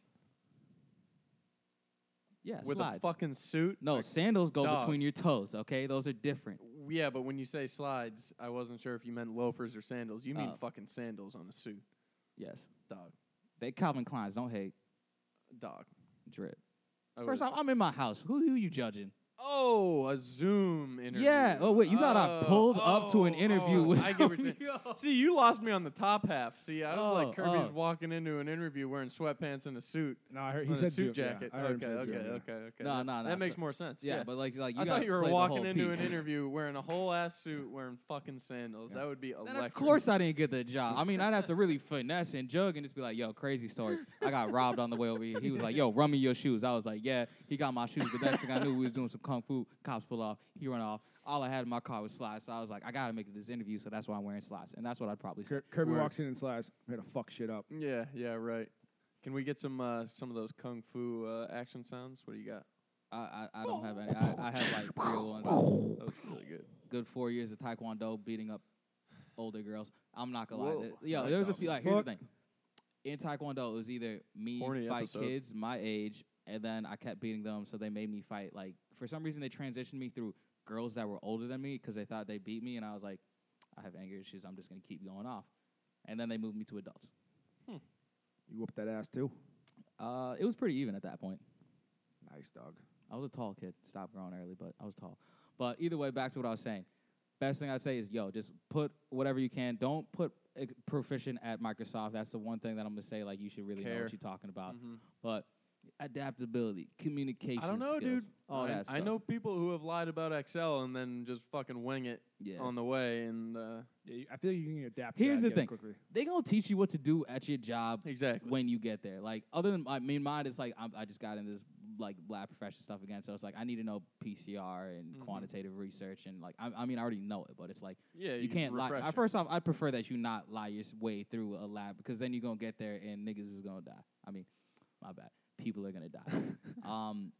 yeah, With slides. a fucking suit? no, Like- sandals go dog. between your toes. Okay, those are different. yeah, but when you say slides, I wasn't sure if you meant loafers or sandals. You mean Oh. fucking sandals on a suit. Yes, Dog. they Calvin Klein's. Don't hate Dog. drip. I First was- off, I'm in my house. Who, who you judging? Oh, a Zoom interview. Yeah. Oh wait, you thought I Oh, pulled up to an oh, interview oh, with? I [LAUGHS] get what you're Yo. See, you lost me on the top half. See, I was Oh, like Kirby's oh. walking into an interview wearing sweatpants and a suit. No, I heard on he a said suit Zoom. Yeah, jacket. I heard him okay, say okay, Zoom, yeah. okay, okay. No, That- no, no, That makes so- more sense. yeah, but like, like you I gotta thought you were play the walking whole into an piece. interview wearing a whole ass suit, wearing fucking sandals. Yeah. That would be Then electric. of course I didn't get the job. I mean, I'd have to really finesse and jug and just be like, "Yo, crazy story. I got robbed on the way over here." He was like, "Yo, run me your shoes." I was like, "Yeah." He got my shoes. The next thing I knew, we was doing some kung fu. Cops pull off. He run off. All I had in my car was slides. So I was like, "I gotta make it this interview." So that's why I'm wearing slides, and that's what I'd probably say. Kir- Kirby Word. walks in and slides. I'm here to fuck shit up. Yeah, yeah, right. Can we get some uh, some of those kung fu uh, action sounds? What do you got? I, I, I don't have any. I, I have like real ones. That was really good. Good four years of taekwondo, beating up older girls. I'm not gonna Whoa, oh, lie. Th- Yo, that's there was a awesome. few. Like, here's the Fuck. thing. In taekwondo, it was either me Horny fight episode. kids my age, and then I kept beating them, so they made me fight. Like for some reason, they transitioned me through girls that were older than me because they thought they beat me, and I was like, I have anger issues. I'm just gonna keep going off. And then they moved me to adults. You whoop that ass too. Uh, it was pretty even at that point. Nice dog. I was a tall kid. Stopped growing early, but I was tall. But either way, back to what I was saying. Best thing I'd say is, yo, just put whatever you can. Don't put ex- proficient at Microsoft. That's the one thing that I'm gonna say. Like, you should really know Care. what you're talking about. Mhm. But adaptability, communication. I don't know, skills, dude. All I, that I stuff. know people who have lied about Excel and then just fucking wing it Yeah. on the way. And uh, Yeah, you- I feel like you can adapt. to Here's that the again thing. Quickly. they gonna teach you what to do at your job exactly. when you get there. Like, other than I mean, mine is like I'm, I just got in this like lab profession stuff again. So it's like I need to know PCR and Mhm. quantitative research and like I, I mean I already know it, but it's like Yeah, you can't lie. refresh Uh, it. First off, I prefer that you not lie your s- way through a lab because then you're gonna get there and niggas is gonna die. I mean, my bad. People [LAUGHS] are gonna die. [LAUGHS] um,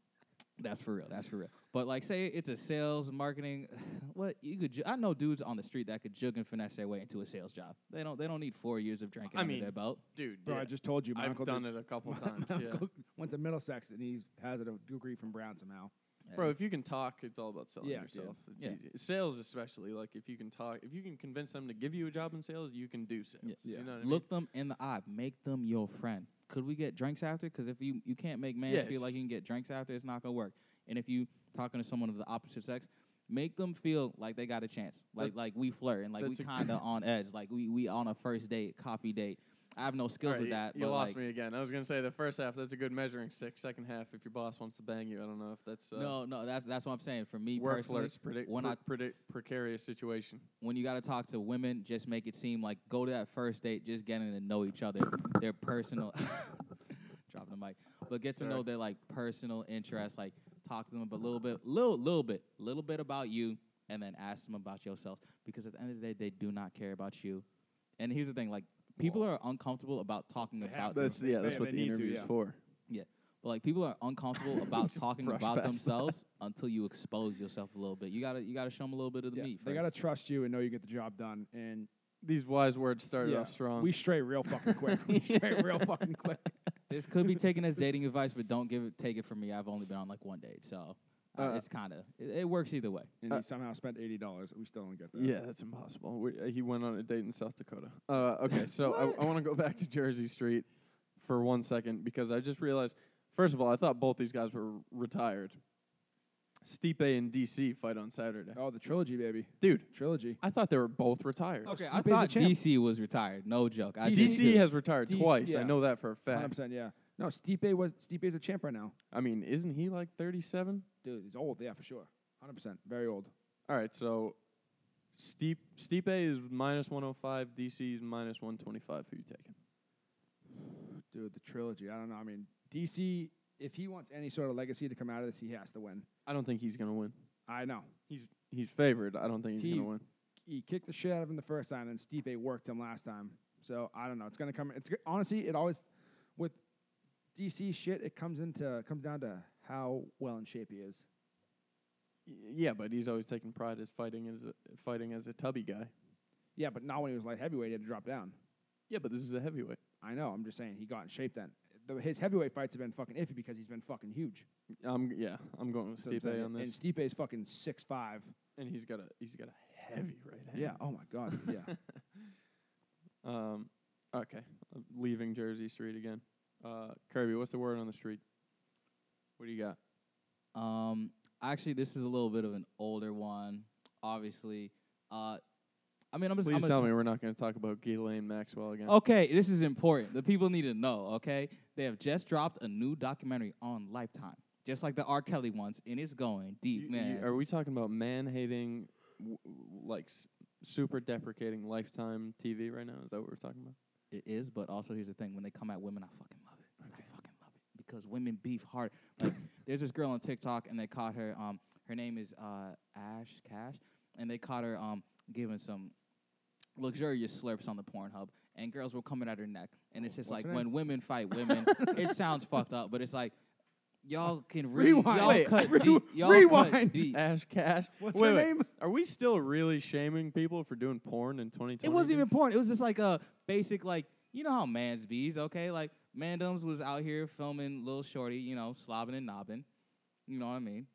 that's for real. That's for real. But like, say it's a sales marketing. [SIGHS] What you could, ju- I know dudes on the street that could jug and finesse their way into a sales job. They don't. They don't need four years of drinking I under mean, their belt. dude. Bro, yeah. I just told you, my I've uncle did- done it a [LAUGHS] couple my- times. my Yeah, uncle went to Middlesex and he has a degree from Brown somehow. bro. If you can talk, it's all about selling Yeah, dude. yourself. It's Yeah. easy. Sales, especially, like if you can talk, if you can convince them to give you a job in sales, you can do sales. Yeah. Yeah. You know what I mean? Look them in the eye. Make them your friend. Could we get drinks after? Because if you, you can't make mans feel like you Yes. can get drinks after, it's not gonna work. And if you talking to someone of the opposite sex, make them feel like they got a chance. Like That- like we flirt and like we that's a- [LAUGHS] kind of on edge. Like we we on a first date, coffee date. I have no skills Alright, with you- that. You, but lost like, me again. I was gonna say the first half. That's a good measuring stick. Second half, if your boss wants to bang you, I don't know if that's uh, No, no, that's that's what I'm saying. For me work personally, flirts. Predict when pre- I- predict precarious situation. when you got to talk to women, just make it seem like go to that first date, just getting to know each other, their personal. [LAUGHS] dropping the mic, but get to know Sorry. their like personal interests. Like talk to them a little bit, little little bit, little bit about you, and then ask them about yourself. Because at the end of the day, they do not care about you. And here's the thing: like people are uncomfortable about talking They [LAUGHS] have to. about them. That's- yeah, that's They- what they the need to, interview is yeah. for. But like people are uncomfortable [LAUGHS] about talking brush about past that. themselves until you expose yourself a little bit. You gotta you gotta show them a little bit of the Yeah, meat. they first. got to trust you and know you get the job done. And These wise words started Yeah, off strong. we stray real fucking [LAUGHS] quick. we stray real fucking quick. This could be taken as dating advice, but don't give it take it from me. I've only been on like one date, so uh, Uh, it's kind of it, it works either way. And Uh, we somehow spent eighty dollars. We still don't get that. yeah, that's impossible. We, uh, he went on a date in South Dakota. Uh, okay, so I, I want to go back to Jersey Street for one second because I just realized. First of all, I thought both these guys were retired. Stipe and DC fight on Saturday. Oh, the trilogy, baby. Dude, Trilogy. I thought they were both retired. Okay, Stipe's I the thought champ. DC was retired. No joke. I DC did. has retired DC twice. yeah. I know that for a Hundred fact. percent. Yeah. No, Stipe was Stipe's a champ right now. I mean, isn't he like 37? Dude, he's old. Yeah, for sure. Hundred percent. Very old. All right, so Steep, Stipe is minus 105, DC is minus 125. Who you taking? Dude, the trilogy. I don't know. I mean, DC. If he wants any sort of legacy to come out of this, he has to win. I don't think he's going to win. I know. He's he's favored. I don't think he's He- going to win. He kicked the shit out of him the first time, and Stipe worked him last time. So I don't know. It's gonna come. It's g- honestly, it always with DC shit. It comes into comes down to how well in shape he is. Y- Yeah, but he's always taken pride as fighting as a, fighting as a tubby guy. Yeah, but not when he was light heavyweight. He had to drop down. Yeah, but this is a heavyweight. I know. I'm just saying he got in shape then. The, his heavyweight fights have been fucking iffy because he's been fucking huge. I'm yeah, I'm going with So I'm Stipe saying- on this, And and, Stipe's fucking six five. he's got a he's got a heavy right hand. [LAUGHS] Yeah. Oh my god. Yeah. Um, okay, I'm leaving Jersey Street again. Uh, Kirby, what's the word on the street? What do you got? Um, actually, this is a little bit of an older one. Obviously, uh, I mean, I'm just Please I'm tell gonna me we're not going to talk about Ghislaine Maxwell again. Okay, this is important. The people need to know, okay? They have just dropped a new documentary on Lifetime, just like the R. Kelly ones, and it's going You- deep, you- man. are we talking about man hating, w- w- like s- super deprecating Lifetime TV right now? Is that what we're talking about? It is, but also here's the thing: when they come at women, I fucking love it. I fucking love it because women beef hard. [LAUGHS] Like there's this girl on TikTok, and they caught her. Um, her name is uh, Ash Cash, and they caught her um giving some luxurious slurps on the Pornhub, and girls were coming at her neck. And it's just what's like her when [LAUGHS] women fight women, it sounds fucked up, but it's like. Y'all can re- Rewind. Y'all Wait, cut re- deep. Y'all rewind. Cut deep. Ash Cash. What's wait, her wait. name? Are we still really shaming people for doing porn in 2020? It wasn't dude? even porn. It was just like a basic, like you know how man's bees, okay? Like Mandoms was out here filming Lil Shorty, you know, slobbing and nobbing. You know what I mean?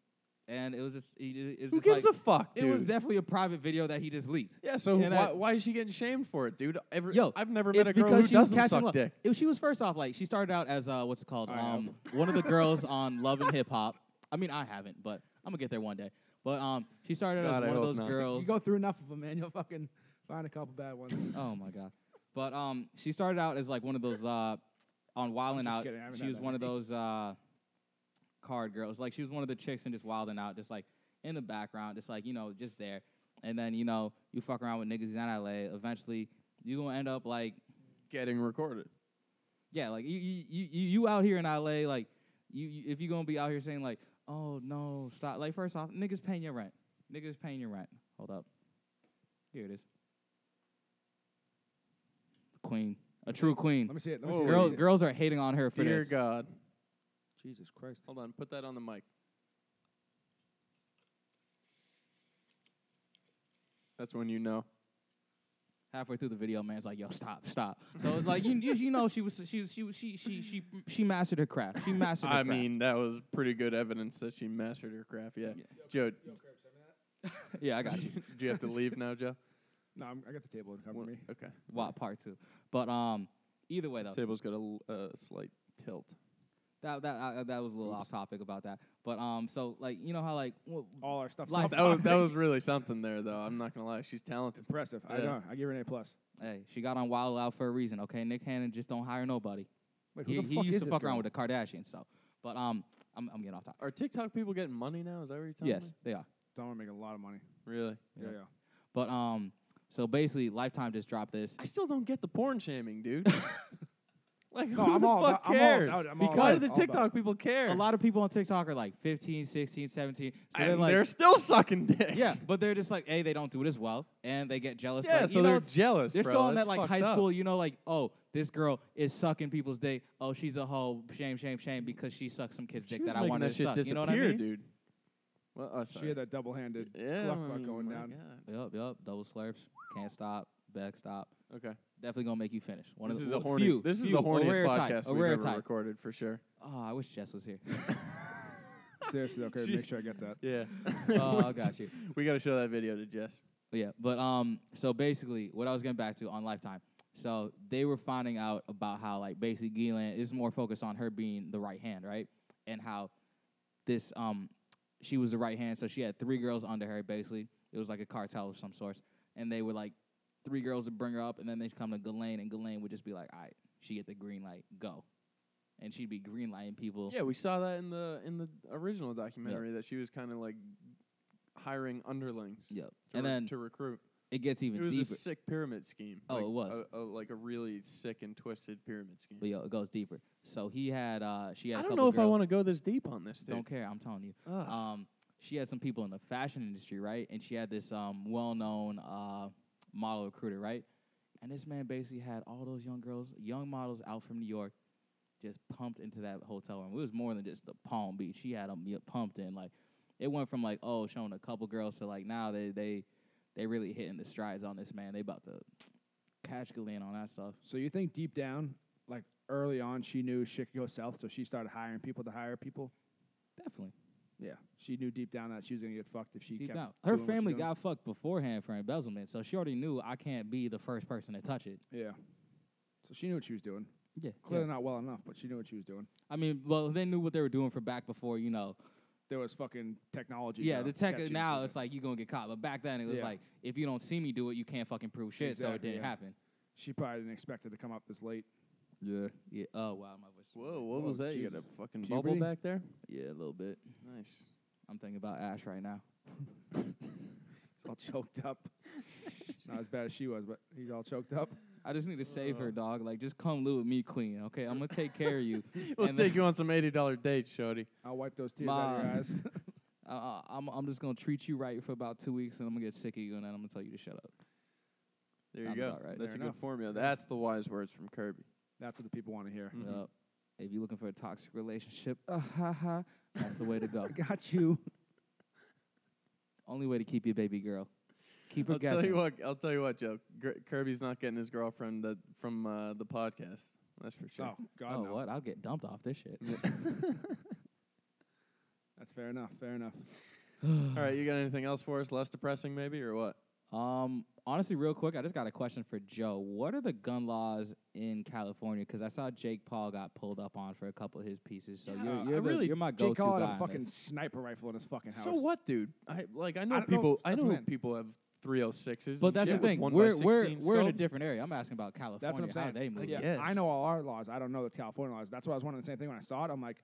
And it was just, he, ju- it's Who just gives like, a fuck, dude? it was definitely a private video that he just leaked. yeah, so why, and I- why is she getting shamed for it, dude? Every, Yo, I've never It's met a girl because who she was doesn't catching suck love. dick. It- she was first off like she started out as uh, what's it called? I have. Um, one of [LAUGHS] the girls on Love and Hip Hop. I mean, I haven't, but I'm gonna get there one day. But um, she started God, I as one of hope those not. girls. You go through enough of them, man. You'll fucking find a couple bad ones. Oh my god. But um, she started out as like one of those uh, on Wild and just Out. kidding, I haven't She had was that one of many. those uh, card girls. Like she was one of the chicks and just Wild and Out, just like in the background, just like you know, just there. And then you know, you fuck around with niggas in LA. Eventually, you gonna end up like Getting recorded. yeah, like you you you, you out here in LA, like You, you if you gonna be out here saying like, oh no, stop. Like first off, niggas paying your rent. Niggas paying your rent. Hold up. Here it is. Queen, a true queen. Let me see it. Let me Whoa, see wait. it. Let me Girls, see it. girls are hating on her for Dear this. God. Jesus Christ. Hold on. Put that on the mic. That's when you know. halfway through the video, man's like, "Yo, stop, stop." So it's like you, you, you know, she was she she she she she she mastered her craft. She mastered. Her I craft. mean, that was pretty good evidence that she mastered her craft. Yeah. Yeah. Joe, yeah, I got do you. you, [LAUGHS] do you have to leave now, Joe? No, I'm, I got the table in cover Well, me. Okay. What part two? But um, either way though, Table's got a l- uh, slight tilt. that that uh, that was a little Oops. off topic about that. But um, so like you know how like well, All our stuff. Life- That was, [LAUGHS] that [LAUGHS] was really something there, though. I'm not gonna lie. She's talented. impressive. I Yeah. know. I give her an A plus. hey, she got on Wild Out for a reason. Okay, Nick Cannon just don't hire nobody. Wait, He, who the he fuck used is to this fuck girl? around with the Kardashians. So, but um, I'm I'm getting off topic. Are TikTok people getting money now? Is that what you're telling Yes, me? they are. Someone making a lot of money. Really? Yeah, Yeah. yeah. But um, so basically, Lifetime just dropped this. I still don't get the porn shaming, [LAUGHS] dude. like, No, who I'm the all fuck about- I'm all cares? about it. I'm all because about it. the All about TikTok it. people care. A lot of people on TikTok are like 15, 16, 17. So and then like they're still sucking dick. Yeah, but they're just like, hey, they don't do it as well, and they get jealous. yeah. like, so you know, they're it's- jealous. they're bro. still on That's that like fucked high up. school, you know, like, oh, this girl is sucking people's dick. Oh, she's a hoe. Shame, shame, shame, because she sucked some kid's She dick was that I making wanted that to shit suck. disappear, You know what I mean? dude. Well, oh, sorry. She had that [LAUGHS] double-handed yeah, cluck I cluck mean, going my down. God. Yup, yup. Double slurps. Can't stop. Back stop. Okay. Definitely gonna make you finish. One this of is the a well, horny. few- this is few, the a horniest rare podcast type, a we've rare ever type. recorded for sure. Oh, I wish Jess was here. [LAUGHS] Seriously, though, okay, She- make sure I get that. [LAUGHS] Yeah. oh, I got you. We got to show that video to Jess. But Yeah, but um, so basically, what I was getting back to on Lifetime, so they were finding out about how like basically Gillian is more focused on her being the right hand, right, and how this um, she was the right hand, so she had three girls under her. Basically, it was like a cartel of some sorts, and they were like three girls would bring her up, and then they'd come to Ghislaine, and Ghislaine would just be like, "All right, she get the green light, go," and she'd be green lighting people. Yeah, we saw that in the in the original documentary that she was kind of like hiring underlings. Yep. To And re- then to recruit. it gets It even was deeper. a sick pyramid scheme. Oh, like it was. a, a, like a really sick and twisted pyramid scheme. but yo, it goes deeper. So he had uh, she had. I a don't couple know if I girls- want to go this deep on this, dude. Don't care. I'm telling you. Ugh. um, she had some people in the fashion industry, right? And she had this um, well-known uh, model recruiter, right? And this man basically had all those young girls, young models out from New York, just pumped into that hotel room. It was more than just the Palm Beach. She had them pumped in. Like it went from like oh, showing a couple girls to like now they they they really hitting the strides on this man. They about to catch Galen on that stuff. So you think deep down, like early on, she knew shit could go south, so she started hiring people to hire people. Definitely. Yeah, she knew deep down that she was gonna get fucked if she Deep kept. down. Her doing what she family doing. got fucked beforehand for embezzlement, so she already knew I can't be the first person to touch it. Yeah. So she knew what she was doing. Yeah, Clearly not well enough, but she knew what she was doing. I mean, well, they knew what they were doing for back before, you know. There was fucking technology. yeah, now. the tech Catch you now something. it's like you gonna get caught, but back then it was Yeah. like if you don't see me do it, you can't fucking prove shit, so it Exactly, didn't yeah. happen. she probably didn't expect it to come up this late. Yeah. Yeah. Oh wow, my voice. Whoa, what Whoa, was that? You got a Jesus. fucking Puberty? bubble back there? Yeah, a little bit. [LAUGHS] Nice. I'm thinking about Ash right now. He's all choked up. not as bad as she was, but he's all choked up. I just need to save her, Uh. dog. Like, just come live with me, Queen. Okay, I'm gonna take care of [LAUGHS] you. We'll And then- take you on some eighty dollar dates, Shody. I'll wipe those tears out of your Mom. eyes. [LAUGHS] I, I, I'm, I'm just gonna treat you right for about two weeks, and I'm gonna get sick of you, and then I'm gonna tell you to shut up. There Sounds you go. about right. That's Fair a enough. good formula. That's the wise words from Kirby. That's what the people want to hear. Mhm. Yup. If you're looking for a toxic relationship, [LAUGHS] uh, ha, ha, that's the way to [LAUGHS] go. I got you. Only way to keep your baby girl. Keep her I'll guessing. tell you what. I'll tell you what, Joe. Gr- Kirby's not getting his girlfriend that, from uh, the podcast. That's for sure. Oh God, oh, no. what? I'll get dumped off this shit. That's fair enough. Fair enough. All right, you got anything else for us? Less depressing, maybe, or what? Um, honestly, real quick, I just got a question for Joe. What are the gun laws in California? Because I saw Jake Paul got pulled up on for a couple of his pieces. So Yeah, you're, I you're, the- really- you're my Jake go-to Paul guy. had a on fucking this. sniper rifle in his fucking house. So what, dude? I like. I know I don't know. people. I That's know what I meant. people have three hundred sixes. But that's shit the with thing. One We're by we're 16 we're in a scopes. different area. I'm asking about California. That's what I'm saying. How they move. yeah. it. guess. I know all our laws. I don't know the California laws. That's why I was wondering the same thing when I saw it. I'm like,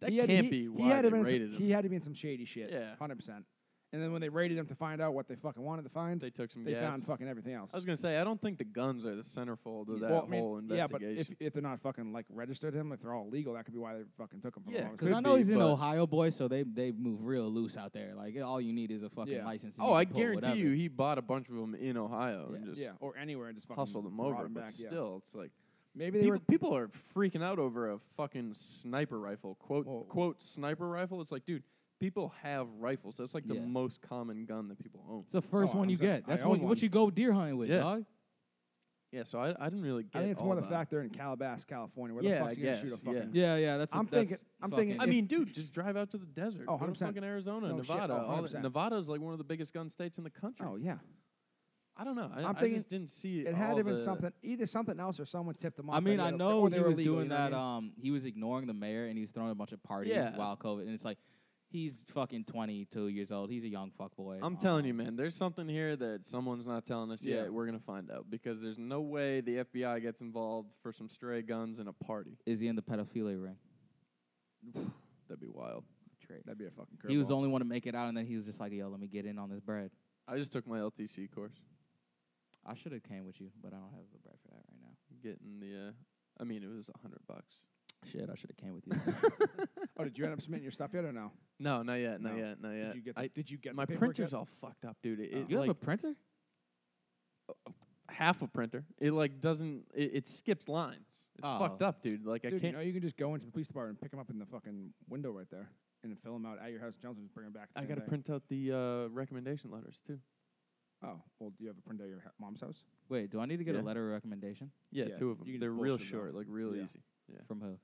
That he had, can't he, be he why had they to been in some- rated him. He had to be in some shady shit. Yeah. hundred percent. And then when they raided them to find out what they fucking wanted to find, They took some they gas. found fucking everything else. I was gonna say I don't think the guns are the centerfold of that Well, I mean, whole yeah, but investigation. if, if they're not fucking like registered him, if they're all legal, that could be why they fucking took him. For Yeah, the longest Because could time. I know be, he's an but- Ohio boy, so they they move real loose out there. Like all you need is a fucking Yeah. license. and oh, you I can pull guarantee whatever. you, he bought a bunch of them in Ohio and Yeah. just yeah, or anywhere and just fucking hustled them brought over. 'em but back, yeah. still, it's like maybe they people, were people are freaking out over a fucking sniper rifle. Quote Whoa. quote sniper rifle. It's like, dude, people have rifles. That's like the Yeah. most common gun that people own. It's the first Oh, one you I'm sorry. get. That's I own what, one. what you go deer hunting with, Yeah. dog. Yeah, so I, I didn't really get. I think it's all more the about it. fact they're in Calabasas, California. Where Yeah, the I fuck's you gonna shoot guess, a fucking? yeah. Yeah, yeah. That's I'm that's thinking- I'm thinking- I if- mean, dude, just drive out to the desert. Oh, Go to 100%. fucking Arizona, No shit. Oh, Nevada. all that. 100%. Nevada's like one of the biggest gun states in the country. Oh yeah, I don't know. I, I'm I thinking just didn't see it all had to have been the- something, either something else or someone tipped them off. I that mean, he I had a- know or they he were was illegal, doing you know what I that. mean? Um, he was ignoring the mayor and he was throwing a bunch of parties Yeah. while COVID. And it's like, he's fucking 22 years old. He's a young fuck boy. [LAUGHS] Um, I'm telling you, man, there's something here that someone's not telling us Yeah. yet. We're gonna find out because there's no way the FBI gets involved for some stray guns in a party. Is he in the pedophilia ring? That'd be wild. That'd be a fucking. He was curveball. the only one to make it out, and then he was just like, "Yo, let me get in on this bread." I just took my LTC course. I should have came with you, but I don't have the bread for that right now. Getting the, uh, I mean, it was a hundred bucks. Shit, I should [LAUGHS] have came with you. Oh, did you end up submitting your stuff yet or no? No, not yet, not No. yet, not yet. Did you get? The, I, did you get my the paperwork printer's yet? all fucked up, dude. It, Oh. it, [LAUGHS] you have a like, printer? half a printer. It like doesn't. It, it skips lines. It's Oh. fucked up, dude. Like I Dude, you can't. know you can just go into the police department and pick them up in the fucking window right there, and then fill them out at your house. Johnson just bring them back. the I same gotta day. print out the uh, recommendation letters too. Oh, well, do you have a print at your ha- mom's house? Wait, do I need to get Yeah. a letter of recommendation Yeah, Yeah, two of them. you can They're just real bullshit them. short, like real Yeah. easy. Yeah. from who?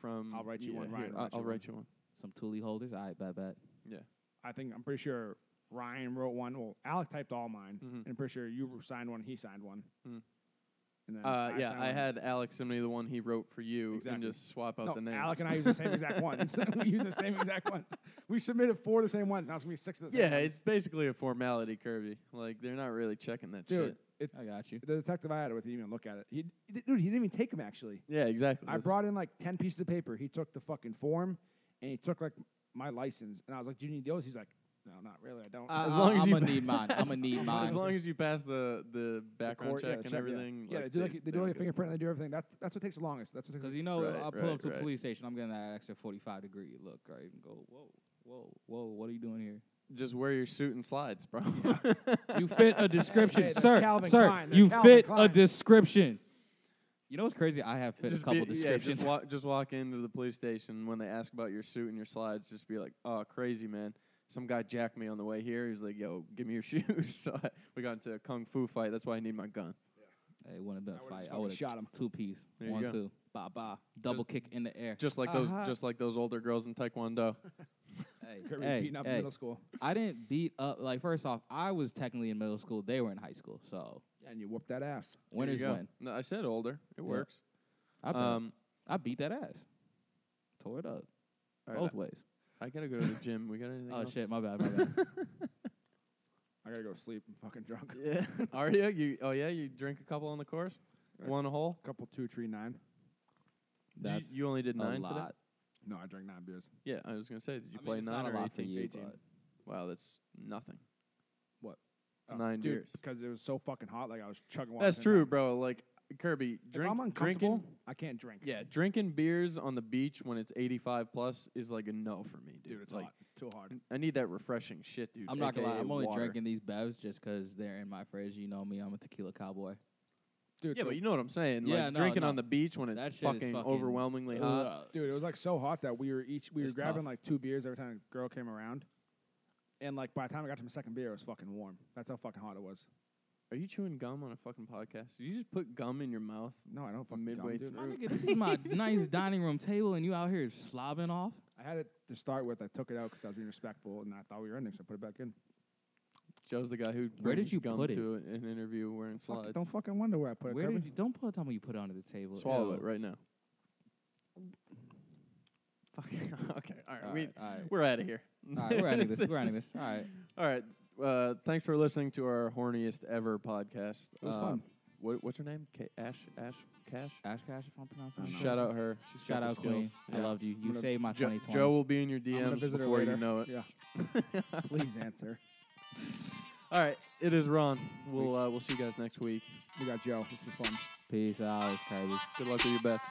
From I'll write you yeah, one, here, Ryan will I- write you I'll one. write you one. Some Thule holders? All right, bet, bet. I think I'm pretty sure Ryan wrote one. Well, Alec typed all mine, Mhm. Mm-hmm. and I'm pretty sure you signed one. He signed one. Mm. And then Uh, yeah, signed I one. had Alex send me the one he wrote for you, and Exactly. just swap out no, the names. Alec and I use the [LAUGHS] same exact ones. [LAUGHS] we use the same exact ones. We submitted four of the same ones. Now it's gonna be six of the same. yeah, ones. it's basically a formality, Kirby. Like they're not really checking that dude. shit. It, I got you. the detective I had it with didn't even look at it. He, he- dude, he didn't even take them actually. Yeah, exactly. I That's- brought in like ten pieces of paper. He took the fucking form, and he took like my license. And I was like, "Do you need those?" He's like, "No, not really. I don't." [LAUGHS] I- Uh, as I- long as I'm you gonna need mine. I'm pass- [LAUGHS] gonna need As mine. long as you pass the the background court- yeah, check the and yeah. everything. Yeah, like, they do like they do they're all your good. fingerprint. They do everything. That's that's what takes the longest. That's what Because takes. you know, Right, I pull right, up to right. a police station, I'm getting that extra 45 degree look, right? And go, whoa, whoa, whoa, what are you doing here? Just wear your suit and slides, bro. [LAUGHS] You fit a [LAUGHS] description, Hey, they're sir. Calvin sir, Klein, they're you Calvin fit a Klein. description. You know what's crazy? I have fit Just a couple be- yeah, descriptions. just, walk, just walk into the police station when they ask about your suit and your slides. Just be like, "Oh, crazy man! Some guy jacked me on the way here. He's like, yo, give me your [LAUGHS] shoes.' so I, we got into a kung fu fight. That's why I need my gun. Hey, it wouldn't have I been a would've fight. just I fucking would have shot 'em. Two piece. There you One, go. two. Ba, ba. Double kick in the air. Just like Uh-huh. those, just like those older girls in Taekwondo. Hey, Kirby hey, beating up in hey. middle school, I didn't beat up. Like, first off, I was technically in middle school. They were in high school. So, and you whoop that ass. There you winners go. win. No, I said older. It Yeah. works. I, bet. um, I beat that ass. Tore it all up. right, uh, Both ways. I, I gotta go to the gym. We got anything? Oh, else? shit. My bad. My [LAUGHS] bad. I gotta go to sleep. I'm fucking drunk. [LAUGHS] [LAUGHS] Yeah. Are you? You? Oh yeah. You drink a couple on the course. Right. One a hole. Couple two, three, nine. You- That's you, only did a nine lot. today. No, I drank nine beers. Yeah, I was gonna say, did you I mean, play it's nine not a or lot for 18? you, 18. but Wow, that's nothing. Oh, Nine dude, beers. because it was so fucking hot. Like I was chugging. water That's at the same true, time. bro. Like Kirby, If drink, I'm uncomfortable, drinking, I can't drink. yeah, drinking beers on the beach when it's 85 plus is like a no for me, dude. dude, it's like, hot. It's too hard. I need that refreshing shit, dude. I'm not gonna lie. aka I'm only water. drinking these bevs just 'cause they're in my fridge. You know me. I'm a tequila cowboy. Dude, Yeah, so- but you know what I'm saying. Yeah, like no, drinking no. on the beach when That it's shit is fucking, fucking- overwhelmingly hot. Ugh. Dude, it was like so hot that we were each we were It's grabbing tough. like two beers every time a girl came around, and like by the time I got to my second beer, it was fucking warm. That's how fucking hot it was. Are you chewing gum on a fucking podcast? Did you just put gum in your mouth? No, I don't fucking Midway Midway gum, dude. My nigga, this is my [LAUGHS] nice dining room table, and you out here slobbing off. I had it to start with. I took it out because I was being respectful, and I thought we were ending, so I put it back in. Joe's the guy who Where did brings you gum put it? to a- an interview wearing Fuck, slides. don't fucking wonder where I put Where it. did Kirby. you? Don't put, tell me you put it onto the table. Swallow it Ew. right now. Fucking [LAUGHS] okay. All right, All we right, all right. we're out of here. All right, we're ending this. We're ending this. All right. All right. Uh, thanks for listening to our horniest ever podcast. It was Uh, fun. What, what's her name? K- Ash Ash Cash. Ash Cash, if I'm pronouncing it Shout correctly. out her. She's got Shout the out, Queen. skills. I Yeah. loved you. You gonna- saved my Jo- 2020. Joe will be in your I'm gonna DMs visit her before you later. know it. Yeah. [LAUGHS] Please answer. All right, it is Ron. We'll uh, we'll see you guys next week. We got Joe. This was fun. Peace out. It's Kirby. Good luck with your bets.